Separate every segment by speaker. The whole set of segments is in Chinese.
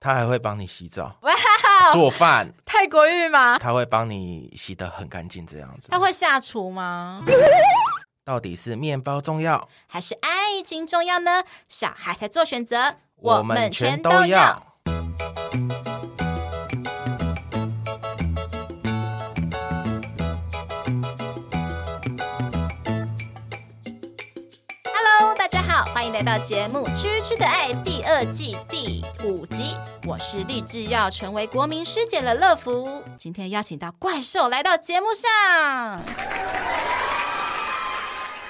Speaker 1: 他还会帮你洗澡、
Speaker 2: 哇，哦
Speaker 1: 做饭，
Speaker 2: 泰国浴吗？
Speaker 1: 他会帮你洗得很干净，这样子。
Speaker 2: 他会下厨吗？
Speaker 1: 到底是面包重要？
Speaker 2: 还是爱情重要呢？小孩才做选择，
Speaker 1: 们全
Speaker 2: 都
Speaker 1: 都要。
Speaker 2: Hello，大家好，欢迎来到节目《吃吃的爱》第二季第五集。我是立志要成为国民师姐的乐福，今天邀请到怪兽来到节目上。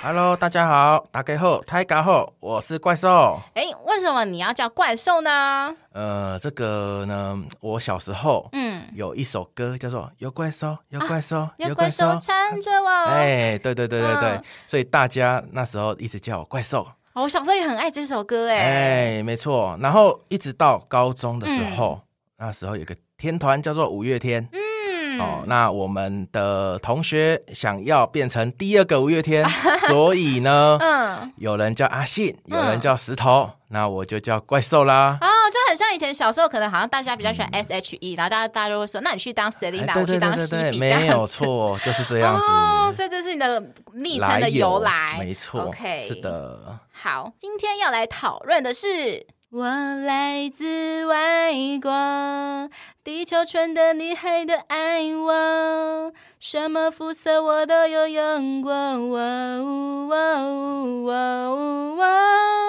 Speaker 1: Hello，大家好，大家好，太高好，我是怪兽。
Speaker 2: 哎，为什么你要叫怪兽呢？
Speaker 1: 呃，这个呢，我小时候
Speaker 2: 嗯，
Speaker 1: 有一首歌叫做《有怪兽，有
Speaker 2: 啊
Speaker 1: 怪兽，
Speaker 2: 有怪兽缠着我。
Speaker 1: 哎，对对对对对，
Speaker 2: 嗯
Speaker 1: 所以大家那时候一直叫我怪兽，
Speaker 2: 哦我小时候也很爱这首歌，哎，
Speaker 1: 哎，没错。然后一直到高中的时候，那时候有个天团叫做五月天。
Speaker 2: 嗯，
Speaker 1: 哦，那我们的同学想要变成第二个五月 天，所以呢，
Speaker 2: 嗯。
Speaker 1: 有人叫阿信，有
Speaker 2: 嗯
Speaker 1: 人叫石头，那我就叫怪兽啦。
Speaker 2: 哦，就很像以前小时候，可能好像大家比较喜欢 S H E，、然后大家大家就会说，那你去当 Selina，、
Speaker 1: 嗯哎对对
Speaker 2: 我去
Speaker 1: 对
Speaker 2: 当
Speaker 1: 对
Speaker 2: Hebe，
Speaker 1: 对，
Speaker 2: 这样
Speaker 1: 没有错，就是这样子。
Speaker 2: 哦，所以这是你的昵称的由来，
Speaker 1: 没错
Speaker 2: OK，
Speaker 1: 是。的，
Speaker 2: 好，今天要来讨论的是。我来自外国，地球村的你还得爱我，什么肤色我都有用过。哦哦哦哦哦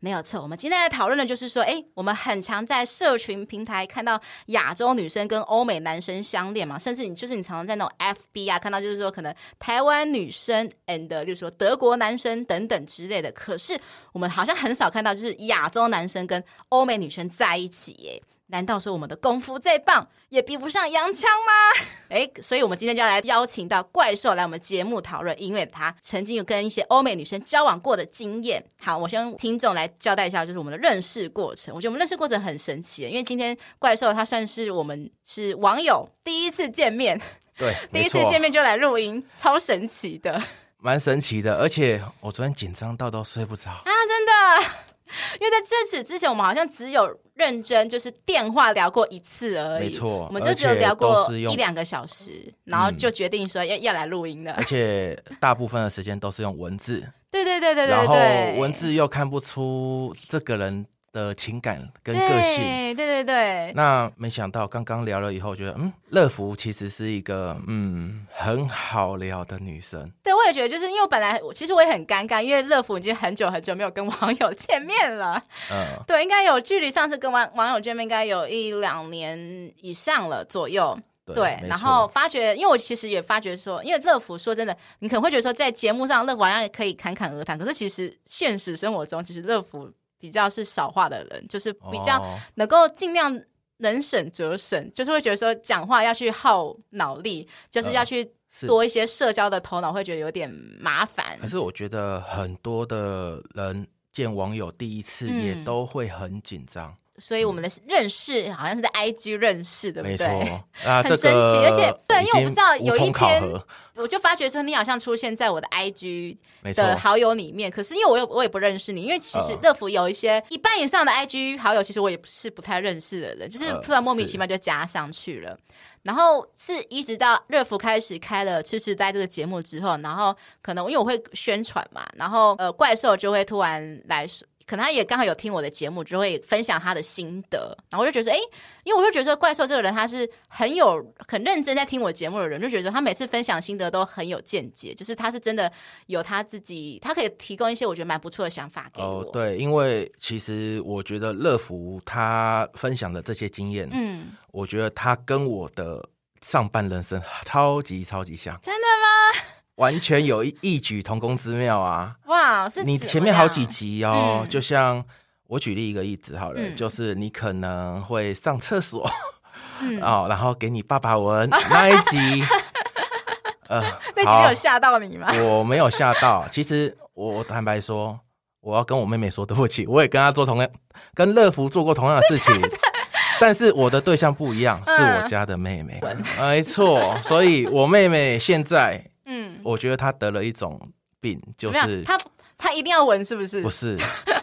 Speaker 2: 没有错，我们今天来讨论的就是说，哎，我们很常在社群平台看到亚洲女生跟欧美男生相恋嘛，甚至你就是你常常在那种 FB 啊看到，就是说可能台湾女生 and 例如说德国男生等等之类的。可是我们好像很少看到，就是亚洲男生跟欧美女生在一起耶。难道说我们的功夫再棒，也比不上洋枪吗？哎，所以我们今天就要来邀请到怪兽来我们节目讨论，因为他曾经有跟一些欧美女生交往过的经验。好，我先用听众来交代一下，就是我们的认识过程。我觉得我们认识过程很神奇，因为今天怪兽他算是我们是网友第一次见面，
Speaker 1: 对，
Speaker 2: 第一
Speaker 1: 没
Speaker 2: 次
Speaker 1: 错
Speaker 2: 见，面就来录音，超神奇的啊！
Speaker 1: 蛮神奇的。而且我昨天紧张到都睡不着，
Speaker 2: 真的，因为在这次之前，我们好像只有认真就是电话聊过一次而已，
Speaker 1: 没错
Speaker 2: 我们就只有聊
Speaker 1: 而且
Speaker 2: 过
Speaker 1: 都是用嗯
Speaker 2: 一两个小时，然后就决定说要、要来录音了
Speaker 1: 而。且大部分的时间都是用文字，
Speaker 2: 对对对对对
Speaker 1: 然后
Speaker 2: 对，
Speaker 1: 文字又看不出这个人的情感跟
Speaker 2: 对
Speaker 1: 个性。
Speaker 2: 对对对，
Speaker 1: 那没想到刚刚聊了以后，觉得嗯，乐福其实是一个嗯很好聊的女生。
Speaker 2: 对我也觉得，就是因为我本来我其实我也很尴尬，因为乐福已经很久很久没有跟网友见面了。
Speaker 1: 嗯，
Speaker 2: 对，应该有距离上次跟网网友见面，应该有一两年以上了左右。
Speaker 1: 对没
Speaker 2: 然
Speaker 1: 错
Speaker 2: 后发觉，因为我其实也发觉说，因为乐福说真的，你可能会觉得说，在节目上乐福好像可以侃侃而谈，可是其实现实生活中，其实乐福比较是少话的人，就是比较
Speaker 1: 哦
Speaker 2: 能够尽量能省则省，就是会觉得说讲话要去耗脑力，就是
Speaker 1: 嗯
Speaker 2: 要去
Speaker 1: 是
Speaker 2: 多一些社交的头脑，会觉得有点麻烦
Speaker 1: 可。是我觉得很多的人见网友第一次
Speaker 2: 嗯
Speaker 1: 也都会很紧张，
Speaker 2: 所以我们的认识好像是在 IG 认识，对不
Speaker 1: 没
Speaker 2: 对？
Speaker 1: 错。那
Speaker 2: 很
Speaker 1: 这
Speaker 2: 神
Speaker 1: 个
Speaker 2: 奇而且对因为我不
Speaker 1: 已经
Speaker 2: 知道有
Speaker 1: 无从
Speaker 2: 一
Speaker 1: 考
Speaker 2: 天
Speaker 1: 核
Speaker 2: 我就发觉说你好像出现在我的 IG
Speaker 1: 没错
Speaker 2: 的好友里面，可是因为我又我也不认识你，因为其实
Speaker 1: 嗯
Speaker 2: 乐福有一些一半以上的 IG 好友，其实我也不是不太认识的人，就是
Speaker 1: 嗯
Speaker 2: 突然莫名其妙就加上去了。然后是一直到乐福开始开了《痴痴呆》这个节目之后，然后可能因为我会宣传嘛，然后呃怪兽就会突然来说。可能他也刚好有听我的节目，就会分享他的心得，然后我就觉得说，哎、因为我就觉得说怪兽这个人他是很有很认真在听我节目的人，就觉得说他每次分享心得都很有见解，就是他是真的有他自己，他可以提供一些我觉得蛮不错的想法给我。
Speaker 1: 哦，，对，因为其实我觉得乐福他分享的这些经验，
Speaker 2: 嗯，
Speaker 1: 我觉得他跟我的上半人生 超级超级像，
Speaker 2: 真的
Speaker 1: 完全有一异曲同工之妙啊！
Speaker 2: 吗？哇，是
Speaker 1: 你
Speaker 2: 怎么
Speaker 1: 前面好几
Speaker 2: 样，
Speaker 1: 集哦，
Speaker 2: 嗯
Speaker 1: 就像我举例一个例子好了，
Speaker 2: 嗯
Speaker 1: 就是你可能会上厕所。
Speaker 2: 嗯，
Speaker 1: 哦，然后给你爸爸闻那一集， 呃，
Speaker 2: 那集没有吓到你吗？
Speaker 1: 好，我没有吓到。其实我我坦白说，我要跟我妹妹说对不起，我也跟她做同样，跟乐福做过同样的事情。但是我的对象不一样，是
Speaker 2: 嗯
Speaker 1: 我家的妹妹，没错。所以我妹妹现在，
Speaker 2: 嗯，
Speaker 1: 我觉得她得了一种病，就
Speaker 2: 怎么样？
Speaker 1: 是
Speaker 2: 他他一定要闻是不是？
Speaker 1: 不是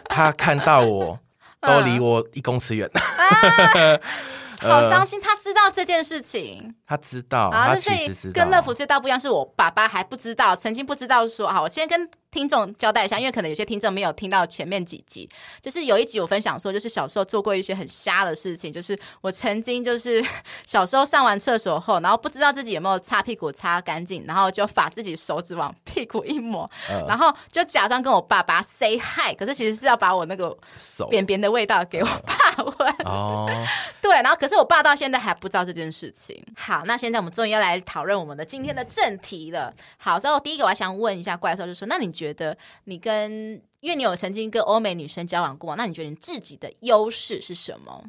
Speaker 1: 她看到我都离我一公尺远。
Speaker 2: 嗯好伤心，他知道这件事情，
Speaker 1: 他知道，
Speaker 2: 然后
Speaker 1: 哦他
Speaker 2: 就
Speaker 1: 其实知道。
Speaker 2: 是跟乐福最大不一样，是我爸爸还不知道，曾经不知道说，好，我先跟听众交代一下，因为可能有些听众没有听到前面几集，就是有一集我分享说，就是小时候做过一些很瞎的事情，就是我曾经就是 小时候上完厕所后，然后不知道自己有没有擦屁股擦干净，然后就把自己手指往屁股一抹，
Speaker 1: 嗯
Speaker 2: 然后就假装跟我爸爸 say hi，可是其实是要把我那个
Speaker 1: 手
Speaker 2: 扁扁的味道给我爸闻。
Speaker 1: 哦，
Speaker 2: 对，然后可是我爸到现在还不知道这件事情。好，那现在我们终于要来讨论我们的今天的正题了。好，之后第一个我还想问一下怪兽，就是说，那你觉得你跟，因为你有曾经跟欧美女生交往过，那你觉得你自己的优势是什么？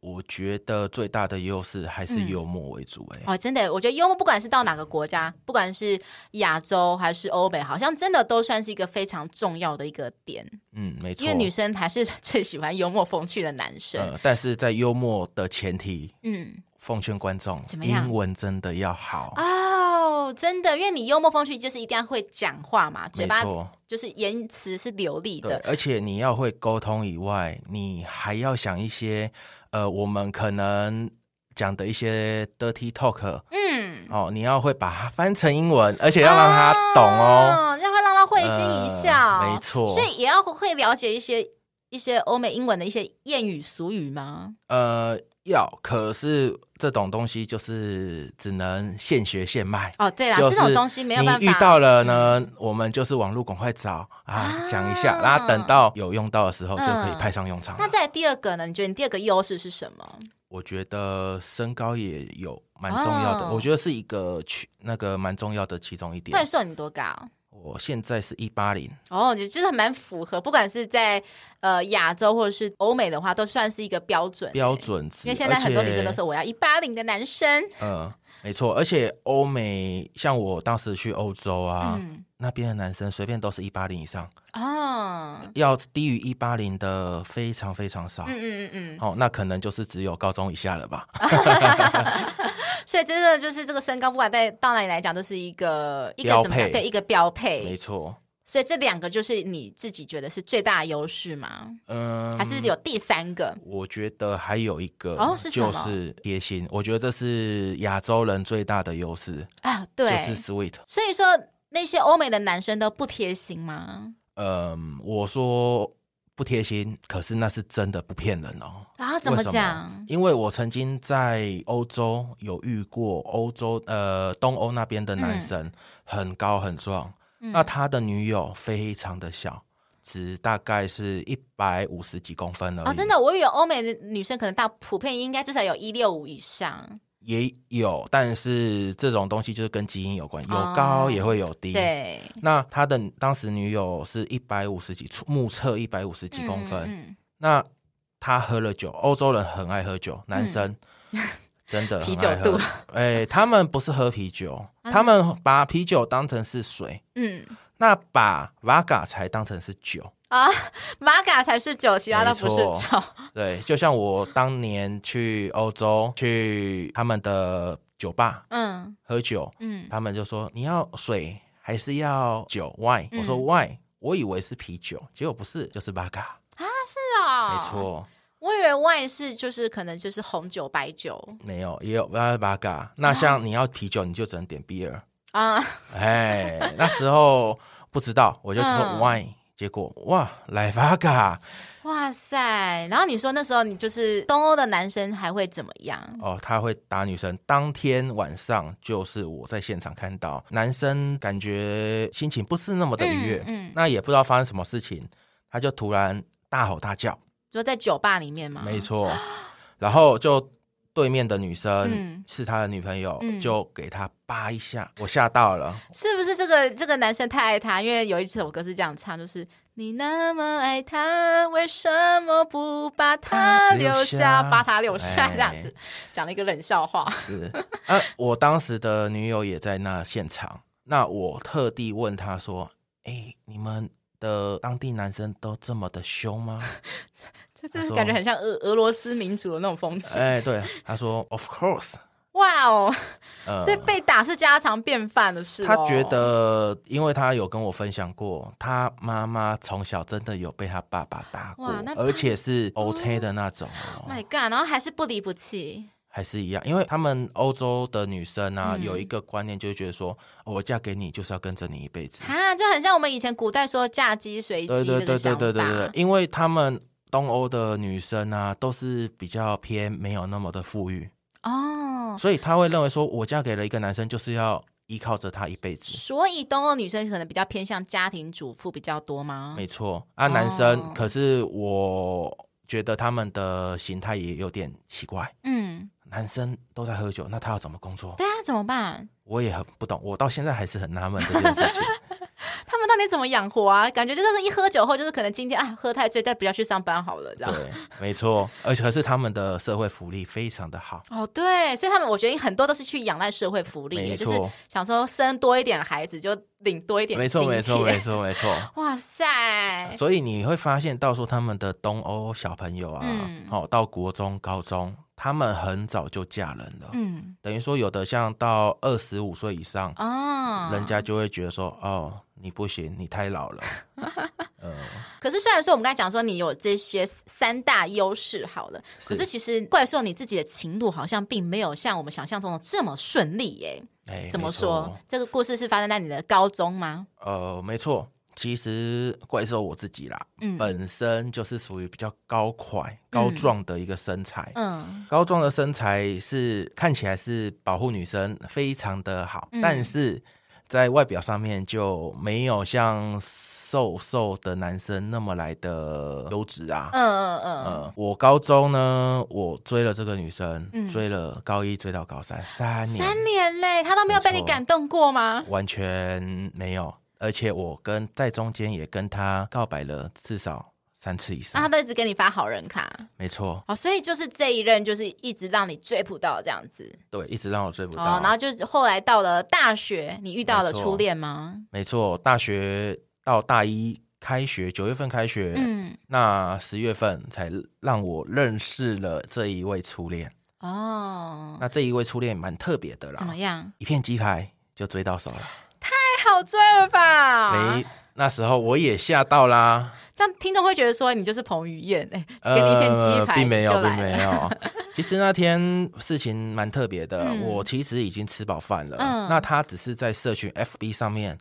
Speaker 1: 我觉得最大的优势还
Speaker 2: 嗯
Speaker 1: 是幽默为主、哎、
Speaker 2: 哦，真的，我觉得幽默，不管是到哪个国家，不管是亚洲还是欧美，好像真的都算是一个非常重要的一个点，
Speaker 1: 嗯，没错。
Speaker 2: 因为女生还是 最喜欢幽默风趣的男生。
Speaker 1: 呃，但是在幽默的前提，
Speaker 2: 嗯，
Speaker 1: 奉劝观众
Speaker 2: 怎，么样
Speaker 1: 英文真的要好，
Speaker 2: 哦，真的，因为你幽默风趣就是一定要会讲话嘛，嘴
Speaker 1: 没
Speaker 2: 巴
Speaker 1: 错。
Speaker 2: 就是言辞是流利
Speaker 1: 对
Speaker 2: 的，，
Speaker 1: 而且你要会沟通以外，你还要想一些，呃，我们可能讲的一些 dirty talk
Speaker 2: 嗯，
Speaker 1: 哦，你要会把它翻成英文，而且要让他懂哦。
Speaker 2: 啊，要会让他会心一笑，
Speaker 1: 呃没错
Speaker 2: 所以也要会了解一些一些欧美英文的一些谚语俗语吗？
Speaker 1: 呃，要，可是这种东西就是只能现学现卖。
Speaker 2: 哦，对啦，
Speaker 1: 就是
Speaker 2: 这种东西没有办法嗯
Speaker 1: 你遇到了呢，我们就是网络赶快找
Speaker 2: 啊
Speaker 1: 啊，讲一下，然后等到有用到的时候就可以
Speaker 2: 嗯
Speaker 1: 派上用场了。
Speaker 2: 那再来第二个呢？你觉得你第二个优势是什么？
Speaker 1: 我觉得身高也有蛮重要的，
Speaker 2: 哦
Speaker 1: 我觉得是一个去那个蛮重要的其中一
Speaker 2: 那你
Speaker 1: 点。
Speaker 2: 说你多高？
Speaker 1: 我现在是一八零，
Speaker 2: 哦，你就是还蛮符合，不管是在呃亚洲或者是欧美的话，都算是一个标准、欸
Speaker 1: 标。准值，
Speaker 2: 因为现在很多
Speaker 1: 而且
Speaker 2: 女生都说我要一八零的男生，
Speaker 1: 嗯，没错，而且欧美像我当时去欧洲啊，
Speaker 2: 嗯，
Speaker 1: 那边的男生随便都是一八零以上，
Speaker 2: 哦，
Speaker 1: 要低于一八零的非常非常少。
Speaker 2: 嗯嗯嗯嗯，
Speaker 1: 哦，那可能就是只有高中以下了吧？
Speaker 2: 所以真的就是这个身高，不管在到哪里来讲，都是一个一个
Speaker 1: 标
Speaker 2: 怎么样
Speaker 1: 配
Speaker 2: 对一个标
Speaker 1: 没
Speaker 2: 配。
Speaker 1: 错，
Speaker 2: 所以这两个就是你自己觉得是最大的优势吗？
Speaker 1: 嗯，
Speaker 2: 还是有第三个？
Speaker 1: 我觉得还有一个
Speaker 2: 哦是什么
Speaker 1: 就是贴心，我觉得这是亚洲人最大的优势，
Speaker 2: 啊，
Speaker 1: 就
Speaker 2: 对，
Speaker 1: 是 sweet。
Speaker 2: 所以说那些欧美的男生都不贴心吗？
Speaker 1: 嗯，我说不贴心，可是那是真的不骗人哦。
Speaker 2: 啊，怎
Speaker 1: 为
Speaker 2: 么
Speaker 1: 什
Speaker 2: 讲？
Speaker 1: 因为我曾经在欧洲有遇过欧洲呃东欧那边的男
Speaker 2: 嗯
Speaker 1: 生，很高很壮，那他的女友非常的小，只大概是一百五十几公分而已。
Speaker 2: 啊，真的，我以为欧美的女生可能大普遍应该至少有一六五以上，
Speaker 1: 也有，但是这种东西就是跟基因有关，有
Speaker 2: 哦
Speaker 1: 高也会有低。
Speaker 2: 对，
Speaker 1: 那他的当时女友是一百五十几，目测一百五十几公分。
Speaker 2: 嗯
Speaker 1: 那他喝了酒，欧洲人很爱喝酒，男 生、真的
Speaker 2: 嗯啤
Speaker 1: 很爱
Speaker 2: 酒肚
Speaker 1: 喝哎、他们不是喝啤酒，
Speaker 2: 啊
Speaker 1: 他们把啤酒当成是水，
Speaker 2: 嗯嗯
Speaker 1: 那把 v a g a 才当成是酒。
Speaker 2: 啊，玛嘎才是酒，其他都不
Speaker 1: 没
Speaker 2: 是酒
Speaker 1: 错对，就像我当年去欧洲去他们的酒吧
Speaker 2: 嗯
Speaker 1: 喝酒，
Speaker 2: 嗯，
Speaker 1: 他们就说你要水还是要酒 wine？、
Speaker 2: 嗯
Speaker 1: 我说 wine，我以为是啤酒，结果不是，就是 v a g a
Speaker 2: 是啊，
Speaker 1: 没错。
Speaker 2: 我以为外是就是可能就是红酒、白酒
Speaker 1: 没有，也有 v a g a 那
Speaker 2: 哦
Speaker 1: 像你要啤酒，你就只能点 beer。
Speaker 2: 啊，
Speaker 1: 哎，那时候不知道，我就说
Speaker 2: 嗯
Speaker 1: wine，、结果哇，来吧嘎
Speaker 2: 哇塞！然后你说那时候你就是东欧的男生还会怎么样？
Speaker 1: 哦，他会打女生。当天晚上就是我在现场看到男生，感觉心情不是那么的愉悦，
Speaker 2: 嗯，嗯
Speaker 1: 那也不知道发生什么事情，他就突然大吼大叫，
Speaker 2: 就在酒吧里面吗？
Speaker 1: 没，错，然后就。对面的女生、
Speaker 2: 嗯
Speaker 1: 是他的女朋友，
Speaker 2: 嗯
Speaker 1: 就给他扒一下，我吓到了。
Speaker 2: 是不是这个这个男生太爱她？因为有一首歌是这样唱，就是你那么爱他，为什么不把他
Speaker 1: 留
Speaker 2: 留下，
Speaker 1: 下
Speaker 2: 把他留下？
Speaker 1: 哎
Speaker 2: 这样子讲了一个冷笑话。
Speaker 1: 是，啊，我当时的女友也在那现场，那我特地问她说：“哎、你们的当地男生都这么的凶吗
Speaker 2: 就就是感觉很像俄俄罗斯民族的那种风？”气
Speaker 1: 呃哎、对，她说：“Of course。”
Speaker 2: 哇哦！
Speaker 1: 呃，
Speaker 2: 所以被打是家常便饭的事、哦。
Speaker 1: 他觉得，因为他有跟我分享过，他妈妈从小真的有被他爸爸打过
Speaker 2: 哇那，他
Speaker 1: 而且是 OK 的那种哦、
Speaker 2: ，My God，然后还是不离不弃，
Speaker 1: 还是一样，因为他们欧洲的女生啊，
Speaker 2: 嗯
Speaker 1: 有一个观念就是觉得说，哦我嫁给你就是要跟着你一辈子。
Speaker 2: 啊，就很像我们以前古代说嫁鸡随鸡
Speaker 1: 对对对
Speaker 2: 那个
Speaker 1: 对
Speaker 2: 想法。
Speaker 1: 对对对，因为他们东欧的女生啊，都是比较偏没有那么的富裕，
Speaker 2: 哦，
Speaker 1: 所以他会认为说，我嫁给了一个男生就是要依靠着他一辈子。
Speaker 2: 所以东欧女生可能比较偏向家庭主妇比较多吗？
Speaker 1: 没错啊，男生、
Speaker 2: 哦
Speaker 1: 可是我觉得他们的形态也有点奇怪，
Speaker 2: 嗯，
Speaker 1: 男生都在喝酒，那他要怎么工作？
Speaker 2: 对啊，怎么办？
Speaker 1: 我也很不懂，我到现在还是很纳闷这件 事情。
Speaker 2: 他们到底怎么养活啊？感觉就是一喝酒后，就是可能今天啊喝太醉，但不要去上班好了，这样。
Speaker 1: 对，没错，而且可是他们的社会福利非常的好，
Speaker 2: 哦，对，所以他们我觉得很多都是去仰赖社会福利，
Speaker 1: 没
Speaker 2: 也就是
Speaker 1: 错，
Speaker 2: 想说生多一点孩子就领多一点
Speaker 1: 没错，
Speaker 2: 津
Speaker 1: 没错，
Speaker 2: 贴
Speaker 1: 没错，没 错。
Speaker 2: 哇塞，
Speaker 1: 所以你会发现，到时候他们的东欧小朋友啊，
Speaker 2: 嗯
Speaker 1: 哦，到国中、高中，他们很早就嫁人了，
Speaker 2: 嗯
Speaker 1: 等于说有的像到二十五岁以上，
Speaker 2: 哦，
Speaker 1: 人家就会觉得说，哦，你不行，你太老了。呃，
Speaker 2: 可是虽然说我们刚才讲说你有这些三大优势好了，可是其实怪兽你自己的情路好像并没有像我们想象中的这么顺利耶。
Speaker 1: 哎，
Speaker 2: 怎么
Speaker 1: 没
Speaker 2: 说
Speaker 1: 错？？
Speaker 2: 这个故事是发生在你的高中吗？
Speaker 1: 呃，没错，其实怪兽我自己啦，
Speaker 2: 嗯
Speaker 1: 本身就是属于比较高快、高
Speaker 2: 嗯
Speaker 1: 壮的一个身材。
Speaker 2: 嗯
Speaker 1: 高壮的身材是看起来是保护女生非常的好，
Speaker 2: 嗯
Speaker 1: 但是在外表上面就没有像瘦瘦的男生那么来的优质啊。
Speaker 2: 嗯嗯
Speaker 1: 呃，我高中呢，我追了这个女生，
Speaker 2: 嗯
Speaker 1: 追了高一追到高三三
Speaker 2: 嗯，
Speaker 1: 年，
Speaker 2: 三年嘞，他都没有被
Speaker 1: 没
Speaker 2: 你
Speaker 1: 错
Speaker 2: 感动过吗？
Speaker 1: 完全没有，而且我跟在中间也跟她告白了至少三次以
Speaker 2: 啊，
Speaker 1: 上，
Speaker 2: 他都一直给你发好人卡，
Speaker 1: 没错，
Speaker 2: 哦，所以就是这一任就是一直让你追不到这样子，
Speaker 1: 对，一直让我追不到。
Speaker 2: 哦，然后就是后来到了大学，你遇到了
Speaker 1: 没错
Speaker 2: 初恋吗？
Speaker 1: 没错，大学到大一开学，九月份开学，
Speaker 2: 嗯，
Speaker 1: 那十月份才让我认识了这一位初恋。
Speaker 2: 哦，
Speaker 1: 那这啊一位初恋蛮特别的
Speaker 2: 怎么
Speaker 1: 啦，
Speaker 2: 样？
Speaker 1: 一片鸡排就追到手了。
Speaker 2: 太好追了吧？
Speaker 1: 没，那时候我也吓到啦。
Speaker 2: 这样听众会觉得说你就是彭于晏，哎、给你一片鸡排
Speaker 1: 并没有，
Speaker 2: 就
Speaker 1: 并
Speaker 2: 来了。
Speaker 1: 没 有。其实那天事情蛮特别的，
Speaker 2: 嗯
Speaker 1: 我其实已经吃饱饭了。
Speaker 2: 嗯
Speaker 1: 那他只是在社群 FB 上面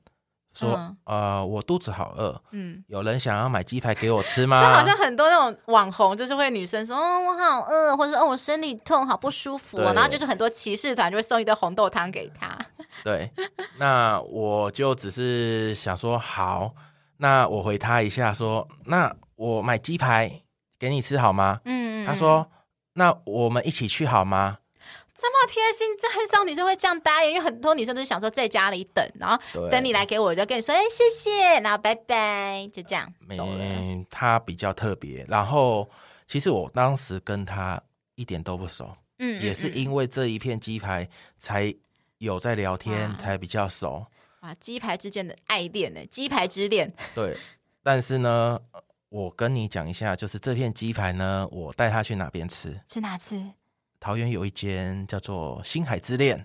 Speaker 1: 说，呃，我肚子好饿，
Speaker 2: 嗯，
Speaker 1: 有人想要买鸡排给我吃
Speaker 2: 这
Speaker 1: 吗？
Speaker 2: 好像很多那种网红，就是会女生说，哦，我好饿，或者哦，我身体痛，好不舒服、哦，
Speaker 1: 对
Speaker 2: 然后就是很多骑士团就会送一堆红豆汤给他。
Speaker 1: 对，那我就只是想说，好，那我回他一下说，那我买鸡排给你吃好吗？
Speaker 2: 嗯，
Speaker 1: 他说，那我们一起去好吗？
Speaker 2: 这么贴心，这很少女生会这样答应，因为很多女生都是想说在家里等，然后
Speaker 1: 对
Speaker 2: 等你来给我，我就跟你说，哎、谢谢，然后拜拜，就这样走了。
Speaker 1: 没，他比较特别。然后其实我当时跟他一点都不熟，
Speaker 2: 嗯
Speaker 1: 也是
Speaker 2: 嗯
Speaker 1: 因为这一片鸡排才有在聊天
Speaker 2: 哇，
Speaker 1: 才比较 熟。
Speaker 2: 哇，鸡排之间的爱恋呢，鸡排之恋。
Speaker 1: 对，但是呢，我跟你讲一下，就是这片鸡排呢，我带他去哪边吃。
Speaker 2: 吃哪吃？
Speaker 1: 桃园有一间叫做《星海之恋》，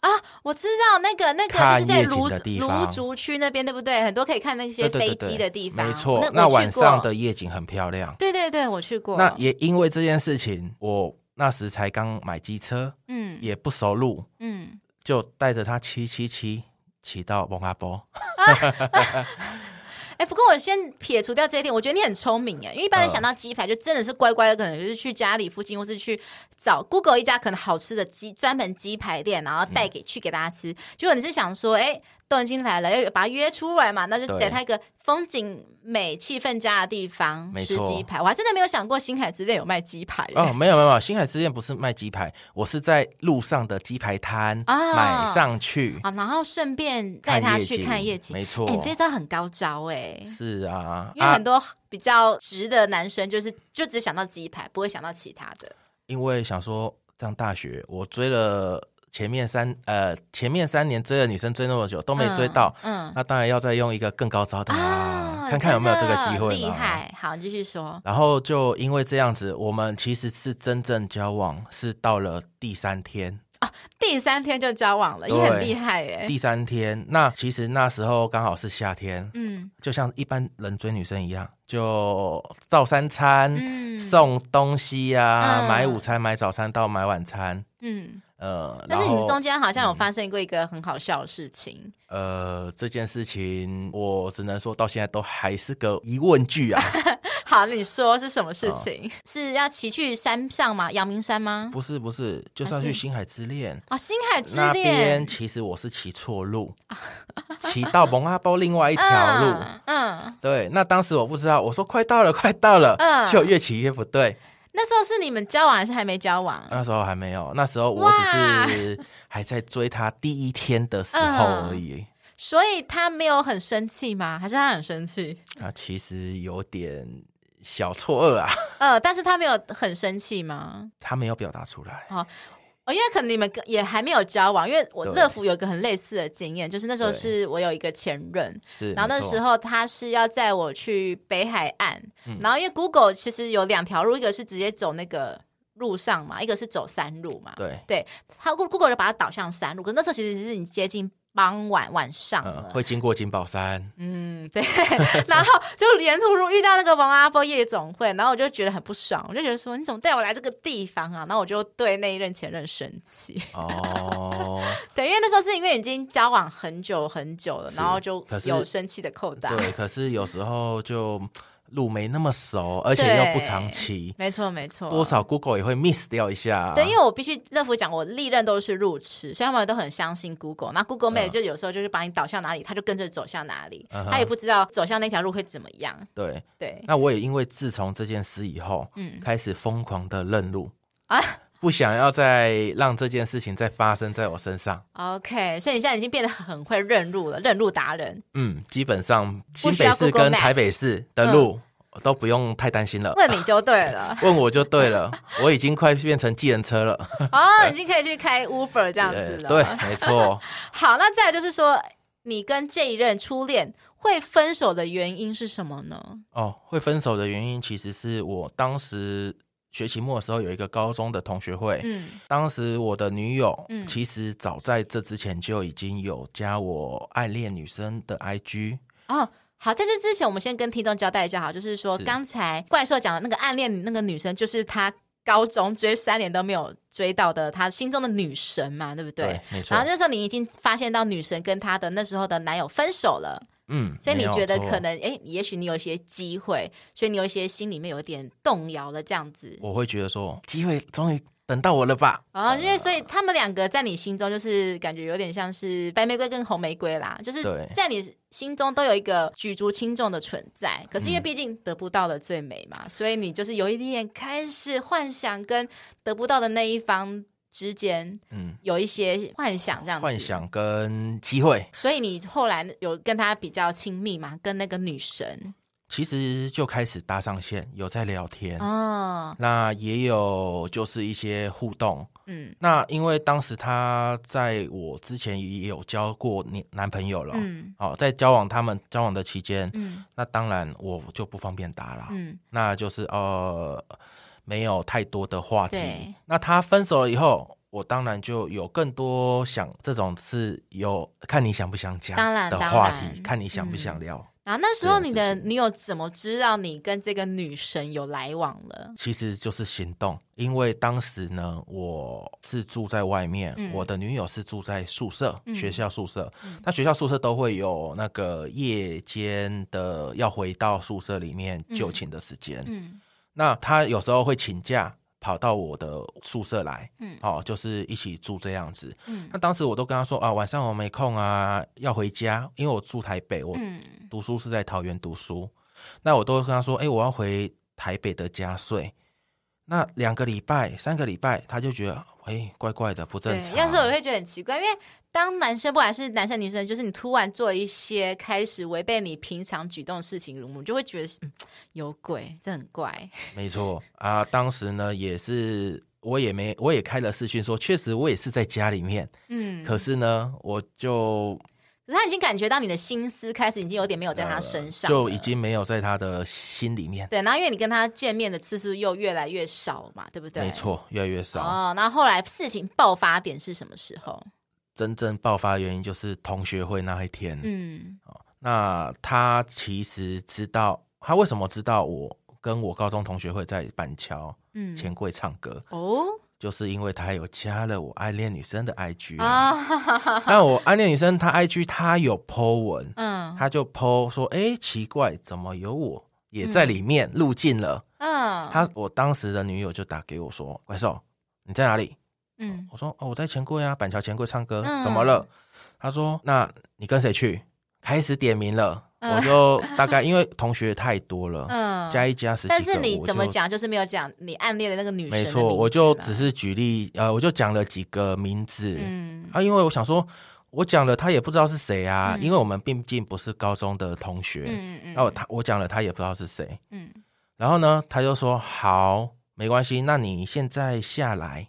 Speaker 2: 啊，我知道那个那个
Speaker 1: 看
Speaker 2: 就是在
Speaker 1: 夜景
Speaker 2: 卢
Speaker 1: 的地
Speaker 2: 卢
Speaker 1: 方
Speaker 2: 竹区那边，对不对？很多可以看那些
Speaker 1: 对对
Speaker 2: 飞
Speaker 1: 对
Speaker 2: 机
Speaker 1: 对
Speaker 2: 的地方。
Speaker 1: 没错。
Speaker 2: 那
Speaker 1: 那
Speaker 2: 我去
Speaker 1: 晚上
Speaker 2: 过
Speaker 1: 的夜景很漂亮。
Speaker 2: 对对对，我去过。
Speaker 1: 那也因为这件事情，我那时才刚买机车，
Speaker 2: 嗯
Speaker 1: 也不熟路，
Speaker 2: 嗯，
Speaker 1: 就带着他骑骑骑骑到蒙阿 波。
Speaker 2: 哎，不过我先撇除掉这一点，我觉得你很聪明哎，因为一般人
Speaker 1: 嗯
Speaker 2: 想到鸡排，就真的是乖乖的，可能就是去家里附近，或是去找 Google 一家可能好吃的鸡专门鸡排店，然后
Speaker 1: 嗯
Speaker 2: 带给、去给大家吃。结果你是想说，哎，都已经来了，要把他约出来嘛，那就
Speaker 1: 对
Speaker 2: 在他一个风景美、气氛佳的地方
Speaker 1: 没
Speaker 2: 吃
Speaker 1: 错
Speaker 2: 鸡排。我还真的没有想过星海之恋有卖鸡排耶
Speaker 1: 哦，没有没有，没有星海之恋不是卖鸡排，我是在路上的鸡排摊
Speaker 2: 啊
Speaker 1: 买上去，
Speaker 2: 啊，然后顺便带
Speaker 1: 看
Speaker 2: 他
Speaker 1: 夜
Speaker 2: 去看夜景。
Speaker 1: 没
Speaker 2: 哎、
Speaker 1: 错，
Speaker 2: 你这招很高招哎、
Speaker 1: 是啊，
Speaker 2: 因为
Speaker 1: 啊
Speaker 2: 很，多比较直的男生就是就只想到鸡排，不会想到其他的。
Speaker 1: 因为想说上大学，我追了前面三呃前面三年追了女生追那么久都
Speaker 2: 都
Speaker 1: 没追到，，
Speaker 2: 嗯啊
Speaker 1: 那当然要再用一个更高招的啦，看看有没有这个机
Speaker 2: 真的
Speaker 1: 会
Speaker 2: 厉
Speaker 1: 嘛。
Speaker 2: 害，好，你继续说。
Speaker 1: 然后就因为这样子，我们其实是真正交往是到了第三天，
Speaker 2: 第三天就交往了，也很
Speaker 1: 对
Speaker 2: 厉害哎耶。
Speaker 1: 第三天，那其实那时候刚好是夏天，
Speaker 2: 嗯
Speaker 1: 就像一般人追女生一样，就照三餐、
Speaker 2: 嗯
Speaker 1: 送东西呀、
Speaker 2: 嗯
Speaker 1: 买午餐、买早餐到买晚餐。
Speaker 2: 嗯，
Speaker 1: 呃，然
Speaker 2: 但是你
Speaker 1: 后嗯
Speaker 2: 中间好像有发生过一个很好笑的事情，
Speaker 1: 呃，这件事情我只能说到现在都还是个疑问句 啊。
Speaker 2: 好，你说是什么事情？是要骑去山上吗？阳明山吗？
Speaker 1: 哦不是不是，就是
Speaker 2: 还
Speaker 1: 要
Speaker 2: 是
Speaker 1: 去星海之恋。
Speaker 2: 啊，星海之
Speaker 1: 那
Speaker 2: 恋啊
Speaker 1: 边其实我是骑错路，骑到蒙阿波另外一条路。
Speaker 2: 嗯嗯，
Speaker 1: 对，那当时我不知道，我说快到了，快到了，
Speaker 2: 嗯
Speaker 1: 就越骑越不对。
Speaker 2: 那时候是你们交往还是还没交往？
Speaker 1: 那时候还没有，那时候我
Speaker 2: 哇
Speaker 1: 只是还在追他第一天的时候而
Speaker 2: 嗯
Speaker 1: 已。
Speaker 2: 所以他没有很生气吗？还是他很生气？
Speaker 1: 啊，其实有点小错愕啊，
Speaker 2: 呃，但是他没有很生气吗？
Speaker 1: 他没有表达出来。
Speaker 2: 哦，因为可能你们跟也还没有交往，因为我
Speaker 1: 对
Speaker 2: 乐福有一个很类似的经验，就是那时候
Speaker 1: 对
Speaker 2: 是我有一个前任，
Speaker 1: 是，
Speaker 2: 然后
Speaker 1: 没
Speaker 2: 那
Speaker 1: 错
Speaker 2: 时候他是要载我去北海岸，
Speaker 1: 嗯
Speaker 2: 然后因为 Google 其实有两条路，一个是直接走那个路上嘛，一个是走山路嘛。
Speaker 1: 对，
Speaker 2: 他 Google 就把它导向山路，可那时候其实是你接近傍晚晚上
Speaker 1: 嗯，
Speaker 2: 了。
Speaker 1: 会经过金宝山，
Speaker 2: 啊嗯，对， 然后就沿途如遇到那个王阿波夜总会，然后我就觉得很不爽，我就觉得说你怎么带我来这个地方啊？然后我就对那一任前任生气，
Speaker 1: 哦，
Speaker 2: 对，因为那时候是因为已经交往很久很久了，
Speaker 1: 是
Speaker 2: 然后就
Speaker 1: 可是
Speaker 2: 有生气的扣打，
Speaker 1: 对，可是有时候就路没那么熟，而且
Speaker 2: 对
Speaker 1: 又不常骑，
Speaker 2: 没错没错，
Speaker 1: 多少 Google 也会 miss 掉一下、啊。
Speaker 2: 对，因为我必须乐福讲，我历任都是路痴，所以他们都很相信 Google。那 Google Map
Speaker 1: 嗯
Speaker 2: 就有时候就是把你导向哪里，他就跟着走向哪里，
Speaker 1: 嗯哼
Speaker 2: 他也不知道走向那条路会怎么样。
Speaker 1: 对，
Speaker 2: 对，
Speaker 1: 那我也因为自从这件事以后，
Speaker 2: 嗯，
Speaker 1: 开始疯狂的认路
Speaker 2: 啊
Speaker 1: 啊， 不想要再让这件事情再发生在我身上。
Speaker 2: OK，所以你现在已经变得很会认路了，认路达人。
Speaker 1: 嗯，基本上
Speaker 2: 不
Speaker 1: 新
Speaker 2: 需
Speaker 1: 北
Speaker 2: 要
Speaker 1: 市
Speaker 2: Google
Speaker 1: 跟
Speaker 2: Map 嗯
Speaker 1: 台北市的路、都不用太担心了。
Speaker 2: 问你就对 了
Speaker 1: 问我就对 了，我已经快变成计人车了，哎
Speaker 2: 哦，已经可以去开 Uber 这样子了。
Speaker 1: 对，没错。
Speaker 2: 好，那再来就是说，你跟这一任初恋会分手的原因是什么呢？
Speaker 1: 哦，会分手的原因其实是我当时学期末的时候有一个高中的同学会，
Speaker 2: 嗯
Speaker 1: 当时我的女友，
Speaker 2: 嗯
Speaker 1: 其实早在这之前就已经有加我暗恋女生的 IG，
Speaker 2: 哦，好，在这之前，我们先跟听众交代一下，哈，就是说
Speaker 1: 是
Speaker 2: 刚才怪兽讲的那个暗恋那个女生，就是他高中追三年都没有追到的，他心中的女神嘛，对不对？
Speaker 1: 没错
Speaker 2: 然后。那时候你已经发现到女神跟她的那时候的男友分手了，
Speaker 1: 嗯，
Speaker 2: 所以你
Speaker 1: 没有
Speaker 2: 觉得
Speaker 1: 错
Speaker 2: 可能哎，也许你有一些机会，所以你有一些心里面有一点动摇了这样子。
Speaker 1: 我会觉得说，机会终于等到我了吧？
Speaker 2: 哦，因为所以他们两个在你心中就是感觉有点像是白玫瑰跟红玫瑰啦，就是
Speaker 1: 对
Speaker 2: 在你心中都有一个举足轻重的存在。可是因为
Speaker 1: 嗯
Speaker 2: 毕竟得不到的最美嘛，所以你就是有一点开始幻想跟得不到的那一方之间
Speaker 1: 嗯，
Speaker 2: 有一些幻想这样子。
Speaker 1: 幻。想跟机会
Speaker 2: 所以你后来有跟他比较亲密嘛，跟那个女神
Speaker 1: 其实就开始搭上线，有在聊天，
Speaker 2: 哦，
Speaker 1: 那也有就是一些互动。
Speaker 2: 嗯
Speaker 1: 那因为当时她在我之前也有交过男男朋友了，
Speaker 2: 嗯
Speaker 1: 哦，在交往他们交往的期间，
Speaker 2: 嗯
Speaker 1: 那当然我就不方便打啦，
Speaker 2: 嗯，
Speaker 1: 那就是呃没有太多的话
Speaker 2: 对
Speaker 1: 题。那他分手了以后，我当然就有更多想这种是有看你想不想讲
Speaker 2: 当然
Speaker 1: 的
Speaker 2: 当
Speaker 1: 话
Speaker 2: 然
Speaker 1: 题，看你想不想
Speaker 2: 嗯
Speaker 1: 聊。
Speaker 2: 然后那时候
Speaker 1: 这件
Speaker 2: 你的
Speaker 1: 事情
Speaker 2: 女友怎么知道你跟这个女神有来往了？
Speaker 1: 其实就是行动，因为当时呢，我是住在外面，
Speaker 2: 嗯
Speaker 1: 我的女友是住在宿舍，
Speaker 2: 嗯
Speaker 1: 学校宿舍。那学校宿舍都会有那个夜间的要回到宿舍里面就寝的时间。
Speaker 2: 嗯
Speaker 1: 那她有时候会请假跑到我的宿舍来，
Speaker 2: 嗯
Speaker 1: 哦，就是一起住这样子。
Speaker 2: 嗯
Speaker 1: 那当时我都跟她说啊，晚上我没空啊，要回家，因为我住台北，我
Speaker 2: 嗯
Speaker 1: 读书是在桃园读书，那我都跟他说，哎、我要回台北的家睡。那两个礼拜、三个礼拜，他就觉得，哎、怪怪的，不正
Speaker 2: 对
Speaker 1: 常。，
Speaker 2: 要是我会觉得很奇怪，因为当男生不管是男生女生，就是你突然做一些开始违背你平常举动的事情，我们就会觉得、嗯、有鬼，这很怪。
Speaker 1: 没错啊，当时呢也是，我也没，我也开了视讯说，确实我也是在家里面，
Speaker 2: 嗯，
Speaker 1: 可是呢，我就是
Speaker 2: 可是他已经感觉到你的心思开始已经有点没有在他身上了，
Speaker 1: 呃就已经没有在他的心里面。
Speaker 2: 对。然后因为你跟他见面的次数又越来越少嘛，对不对？
Speaker 1: 没。错，越来越少。
Speaker 2: 哦，那后来事情爆发点是什么时候？
Speaker 1: 真正爆发原因就是同学会那一天。
Speaker 2: 嗯
Speaker 1: 那他其实知道，他为什么知道我跟我高中同学会在板桥
Speaker 2: 嗯，
Speaker 1: 钱柜唱歌，
Speaker 2: 哦
Speaker 1: 就是因为他有加了我爱恋女生的 IG 啊。
Speaker 2: 啊，哈哈哈
Speaker 1: 那我暗恋女生，她 IG 她有 po 文，
Speaker 2: 嗯
Speaker 1: 她就 po 说：“哎、奇怪，怎么有我也在里面入境了？”
Speaker 2: 嗯，
Speaker 1: 她我当时的女友就打给我说：“怪兽，你在哪里？”
Speaker 2: 嗯
Speaker 1: 我说：“哦，我在钱柜啊，板桥钱柜唱歌，
Speaker 2: 嗯
Speaker 1: 怎么了？”她说：“那你跟谁去？”开始点名了，我就大概因为同学太多了，
Speaker 2: 嗯，
Speaker 1: 哦加一加十
Speaker 2: 但
Speaker 1: 几个，
Speaker 2: 是你
Speaker 1: 我
Speaker 2: 怎么
Speaker 1: 就
Speaker 2: 讲，就是没有讲你暗恋的那个女生的
Speaker 1: 没
Speaker 2: 名字
Speaker 1: 错，
Speaker 2: 嘛。
Speaker 1: 我就只是举例，呃，我就讲了几个名字，
Speaker 2: 嗯
Speaker 1: 啊，因为我想说，我讲了他也不知道是谁啊，因为我们毕竟不是高中的同学，
Speaker 2: 嗯嗯，
Speaker 1: 那我他我讲了他也不知道是谁，
Speaker 2: 嗯
Speaker 1: 然后呢，他就说好，没关系，那你现在下来，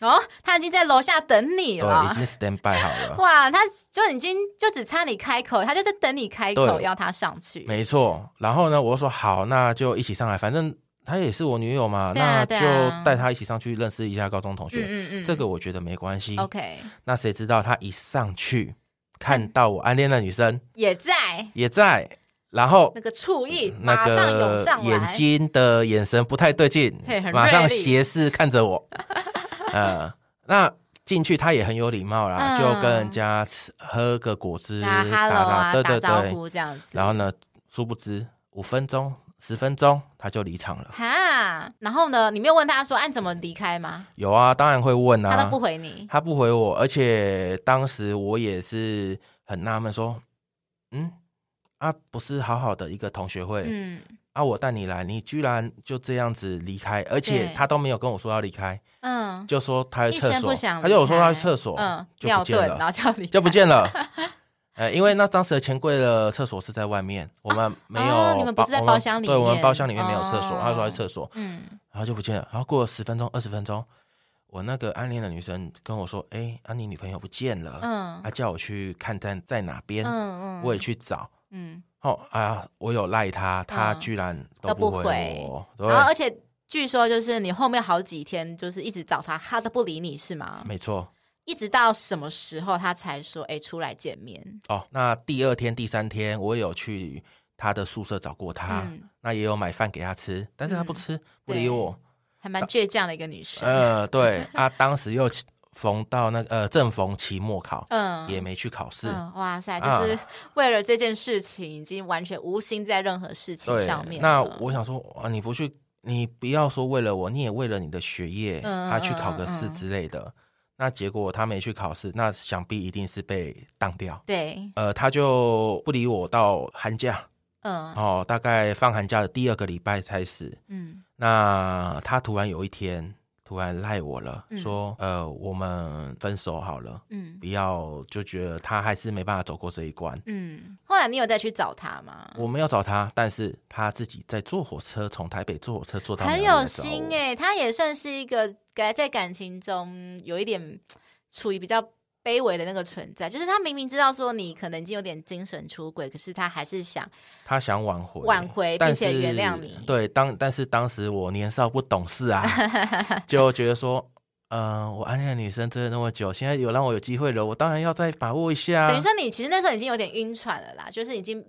Speaker 2: 哦，他已经在楼下等
Speaker 1: 对，已
Speaker 2: 你了。
Speaker 1: 经 stand by 好了，
Speaker 2: 哇，他就已经就只差你开口，他就在等你开口
Speaker 1: 对
Speaker 2: 要他上去。
Speaker 1: 没错，然后呢，我就说好，那就一起上来，反正她也是我女友嘛，
Speaker 2: 对啊
Speaker 1: 那
Speaker 2: 对
Speaker 1: 就
Speaker 2: 啊
Speaker 1: 带她一起上去认识一下高中同学，
Speaker 2: 嗯嗯嗯，
Speaker 1: 这个我觉得没关系。
Speaker 2: OK
Speaker 1: 那谁知道她一上去
Speaker 2: 哦
Speaker 1: 看到我暗恋的女生
Speaker 2: 也在
Speaker 1: 也在，然后
Speaker 2: 那个醋意
Speaker 1: 嗯那
Speaker 2: 马上涌
Speaker 1: 个
Speaker 2: 上
Speaker 1: 眼
Speaker 2: 来，
Speaker 1: 睛的眼神不太对劲
Speaker 2: 嘿很，
Speaker 1: 马
Speaker 2: 锐
Speaker 1: 上
Speaker 2: 利
Speaker 1: 斜视看着 我。呃，那进去他也很有礼貌啦，
Speaker 2: 嗯
Speaker 1: 就跟人家吃喝个果汁，
Speaker 2: 打
Speaker 1: 打
Speaker 2: hello 啊，
Speaker 1: 对
Speaker 2: 打
Speaker 1: 对
Speaker 2: 招
Speaker 1: 对。
Speaker 2: 呼这样子。
Speaker 1: 然后呢，殊不知五分钟、十分钟他就离场了。
Speaker 2: 哈，然后呢，你没有问他说，哎，你怎么离开吗？
Speaker 1: 有啊，当然会问
Speaker 2: 他都
Speaker 1: 啊
Speaker 2: 不，回你。
Speaker 1: 他不回我，而且当时我也是很纳闷，说，嗯，啊，不是好好的一个同学会，
Speaker 2: 嗯
Speaker 1: 啊，我带你来，你居然就这样子离开，而且
Speaker 2: 对
Speaker 1: 他都没有跟我说要离开，
Speaker 2: 嗯，
Speaker 1: 就说他去
Speaker 2: 一
Speaker 1: 厕
Speaker 2: 声不
Speaker 1: 所，
Speaker 2: 响离开，
Speaker 1: 他就我说他去厕所，
Speaker 2: 嗯，
Speaker 1: 就
Speaker 2: 尿
Speaker 1: 不见
Speaker 2: 遁，然
Speaker 1: 了，
Speaker 2: 后就离开，
Speaker 1: 就不见了。 呃，因为那当时的钱柜的厕所是在外面，我们没有包、
Speaker 2: 哦你们不是在
Speaker 1: 我
Speaker 2: 包厢里
Speaker 1: 对，我们
Speaker 2: 面
Speaker 1: 包厢里面没有厕所，
Speaker 2: 哦
Speaker 1: 他说在厕所，
Speaker 2: 嗯，
Speaker 1: 然后就不见了。然后过了十分钟、二十分钟，我那个暗恋的女生跟我说：“哎，啊，你女朋友不见了。
Speaker 2: 嗯
Speaker 1: 她叫我去看在在哪边，
Speaker 2: 嗯嗯，
Speaker 1: 我也去找。
Speaker 2: 嗯，
Speaker 1: 哦啊，我有赖她，她
Speaker 2: 嗯
Speaker 1: 居然
Speaker 2: 都
Speaker 1: 都
Speaker 2: 不
Speaker 1: 不回
Speaker 2: 回
Speaker 1: 我。对。
Speaker 2: 然后而且据说就是你后面好几天就是一直找他，他都不理你是吗？
Speaker 1: 没错
Speaker 2: 一直到什么时候他才说哎、出来见面？
Speaker 1: 哦。那第二天、第三天，我有去他的宿舍找过他，
Speaker 2: 嗯，
Speaker 1: 那也有买饭给他吃，但是他不吃，不
Speaker 2: 对
Speaker 1: 理我。
Speaker 2: 还蛮倔强的一个女生。
Speaker 1: 呃，对，啊，当时又逢到那个呃正逢期末考，
Speaker 2: 嗯，
Speaker 1: 呃也没去考试。
Speaker 2: 嗯，哇塞，
Speaker 1: 啊
Speaker 2: 就是为了这件事情，已经完全无心在任何事情
Speaker 1: 对
Speaker 2: 上面，了。
Speaker 1: 那我想说啊，你不去，你不要说为了我，你也为了你的学业，啊
Speaker 2: 嗯
Speaker 1: 他去考
Speaker 2: 嗯
Speaker 1: 个试
Speaker 2: 嗯
Speaker 1: 之类的。那结果他没去考试，那想必一定是被当掉。
Speaker 2: 对，
Speaker 1: 呃，他就不理我到寒假
Speaker 2: 嗯
Speaker 1: 哦，大概放寒假的第二个礼拜开始，
Speaker 2: 嗯
Speaker 1: 那他突然有一天突然赖我了，
Speaker 2: 嗯
Speaker 1: 说呃我们分手好了，
Speaker 2: 嗯
Speaker 1: 不要就觉得他还是没办法走过这一关。
Speaker 2: 嗯。后来你有再去找他吗？
Speaker 1: 我没有找他，但是他自己在坐火车从台北坐火车坐到
Speaker 2: 很
Speaker 1: 苗栗
Speaker 2: 有
Speaker 1: 来找
Speaker 2: 心
Speaker 1: 我
Speaker 2: 哎、他也算是一个感在感情中有一点处于比较卑微的那个存在，就是他明明知道说你可能已经有点精神出轨，可是他还是想
Speaker 1: 他想挽回，
Speaker 2: 挽回
Speaker 1: 但
Speaker 2: 并且
Speaker 1: 是
Speaker 2: 原谅你
Speaker 1: 对，当但是当时我年少不懂事啊， 就觉得说。呃，我暗恋的女生追了那么久，现在有让我有机会了，我当然要再把握一下。啊
Speaker 2: 等于说你其实那时候已经有点晕船了啦，就是已经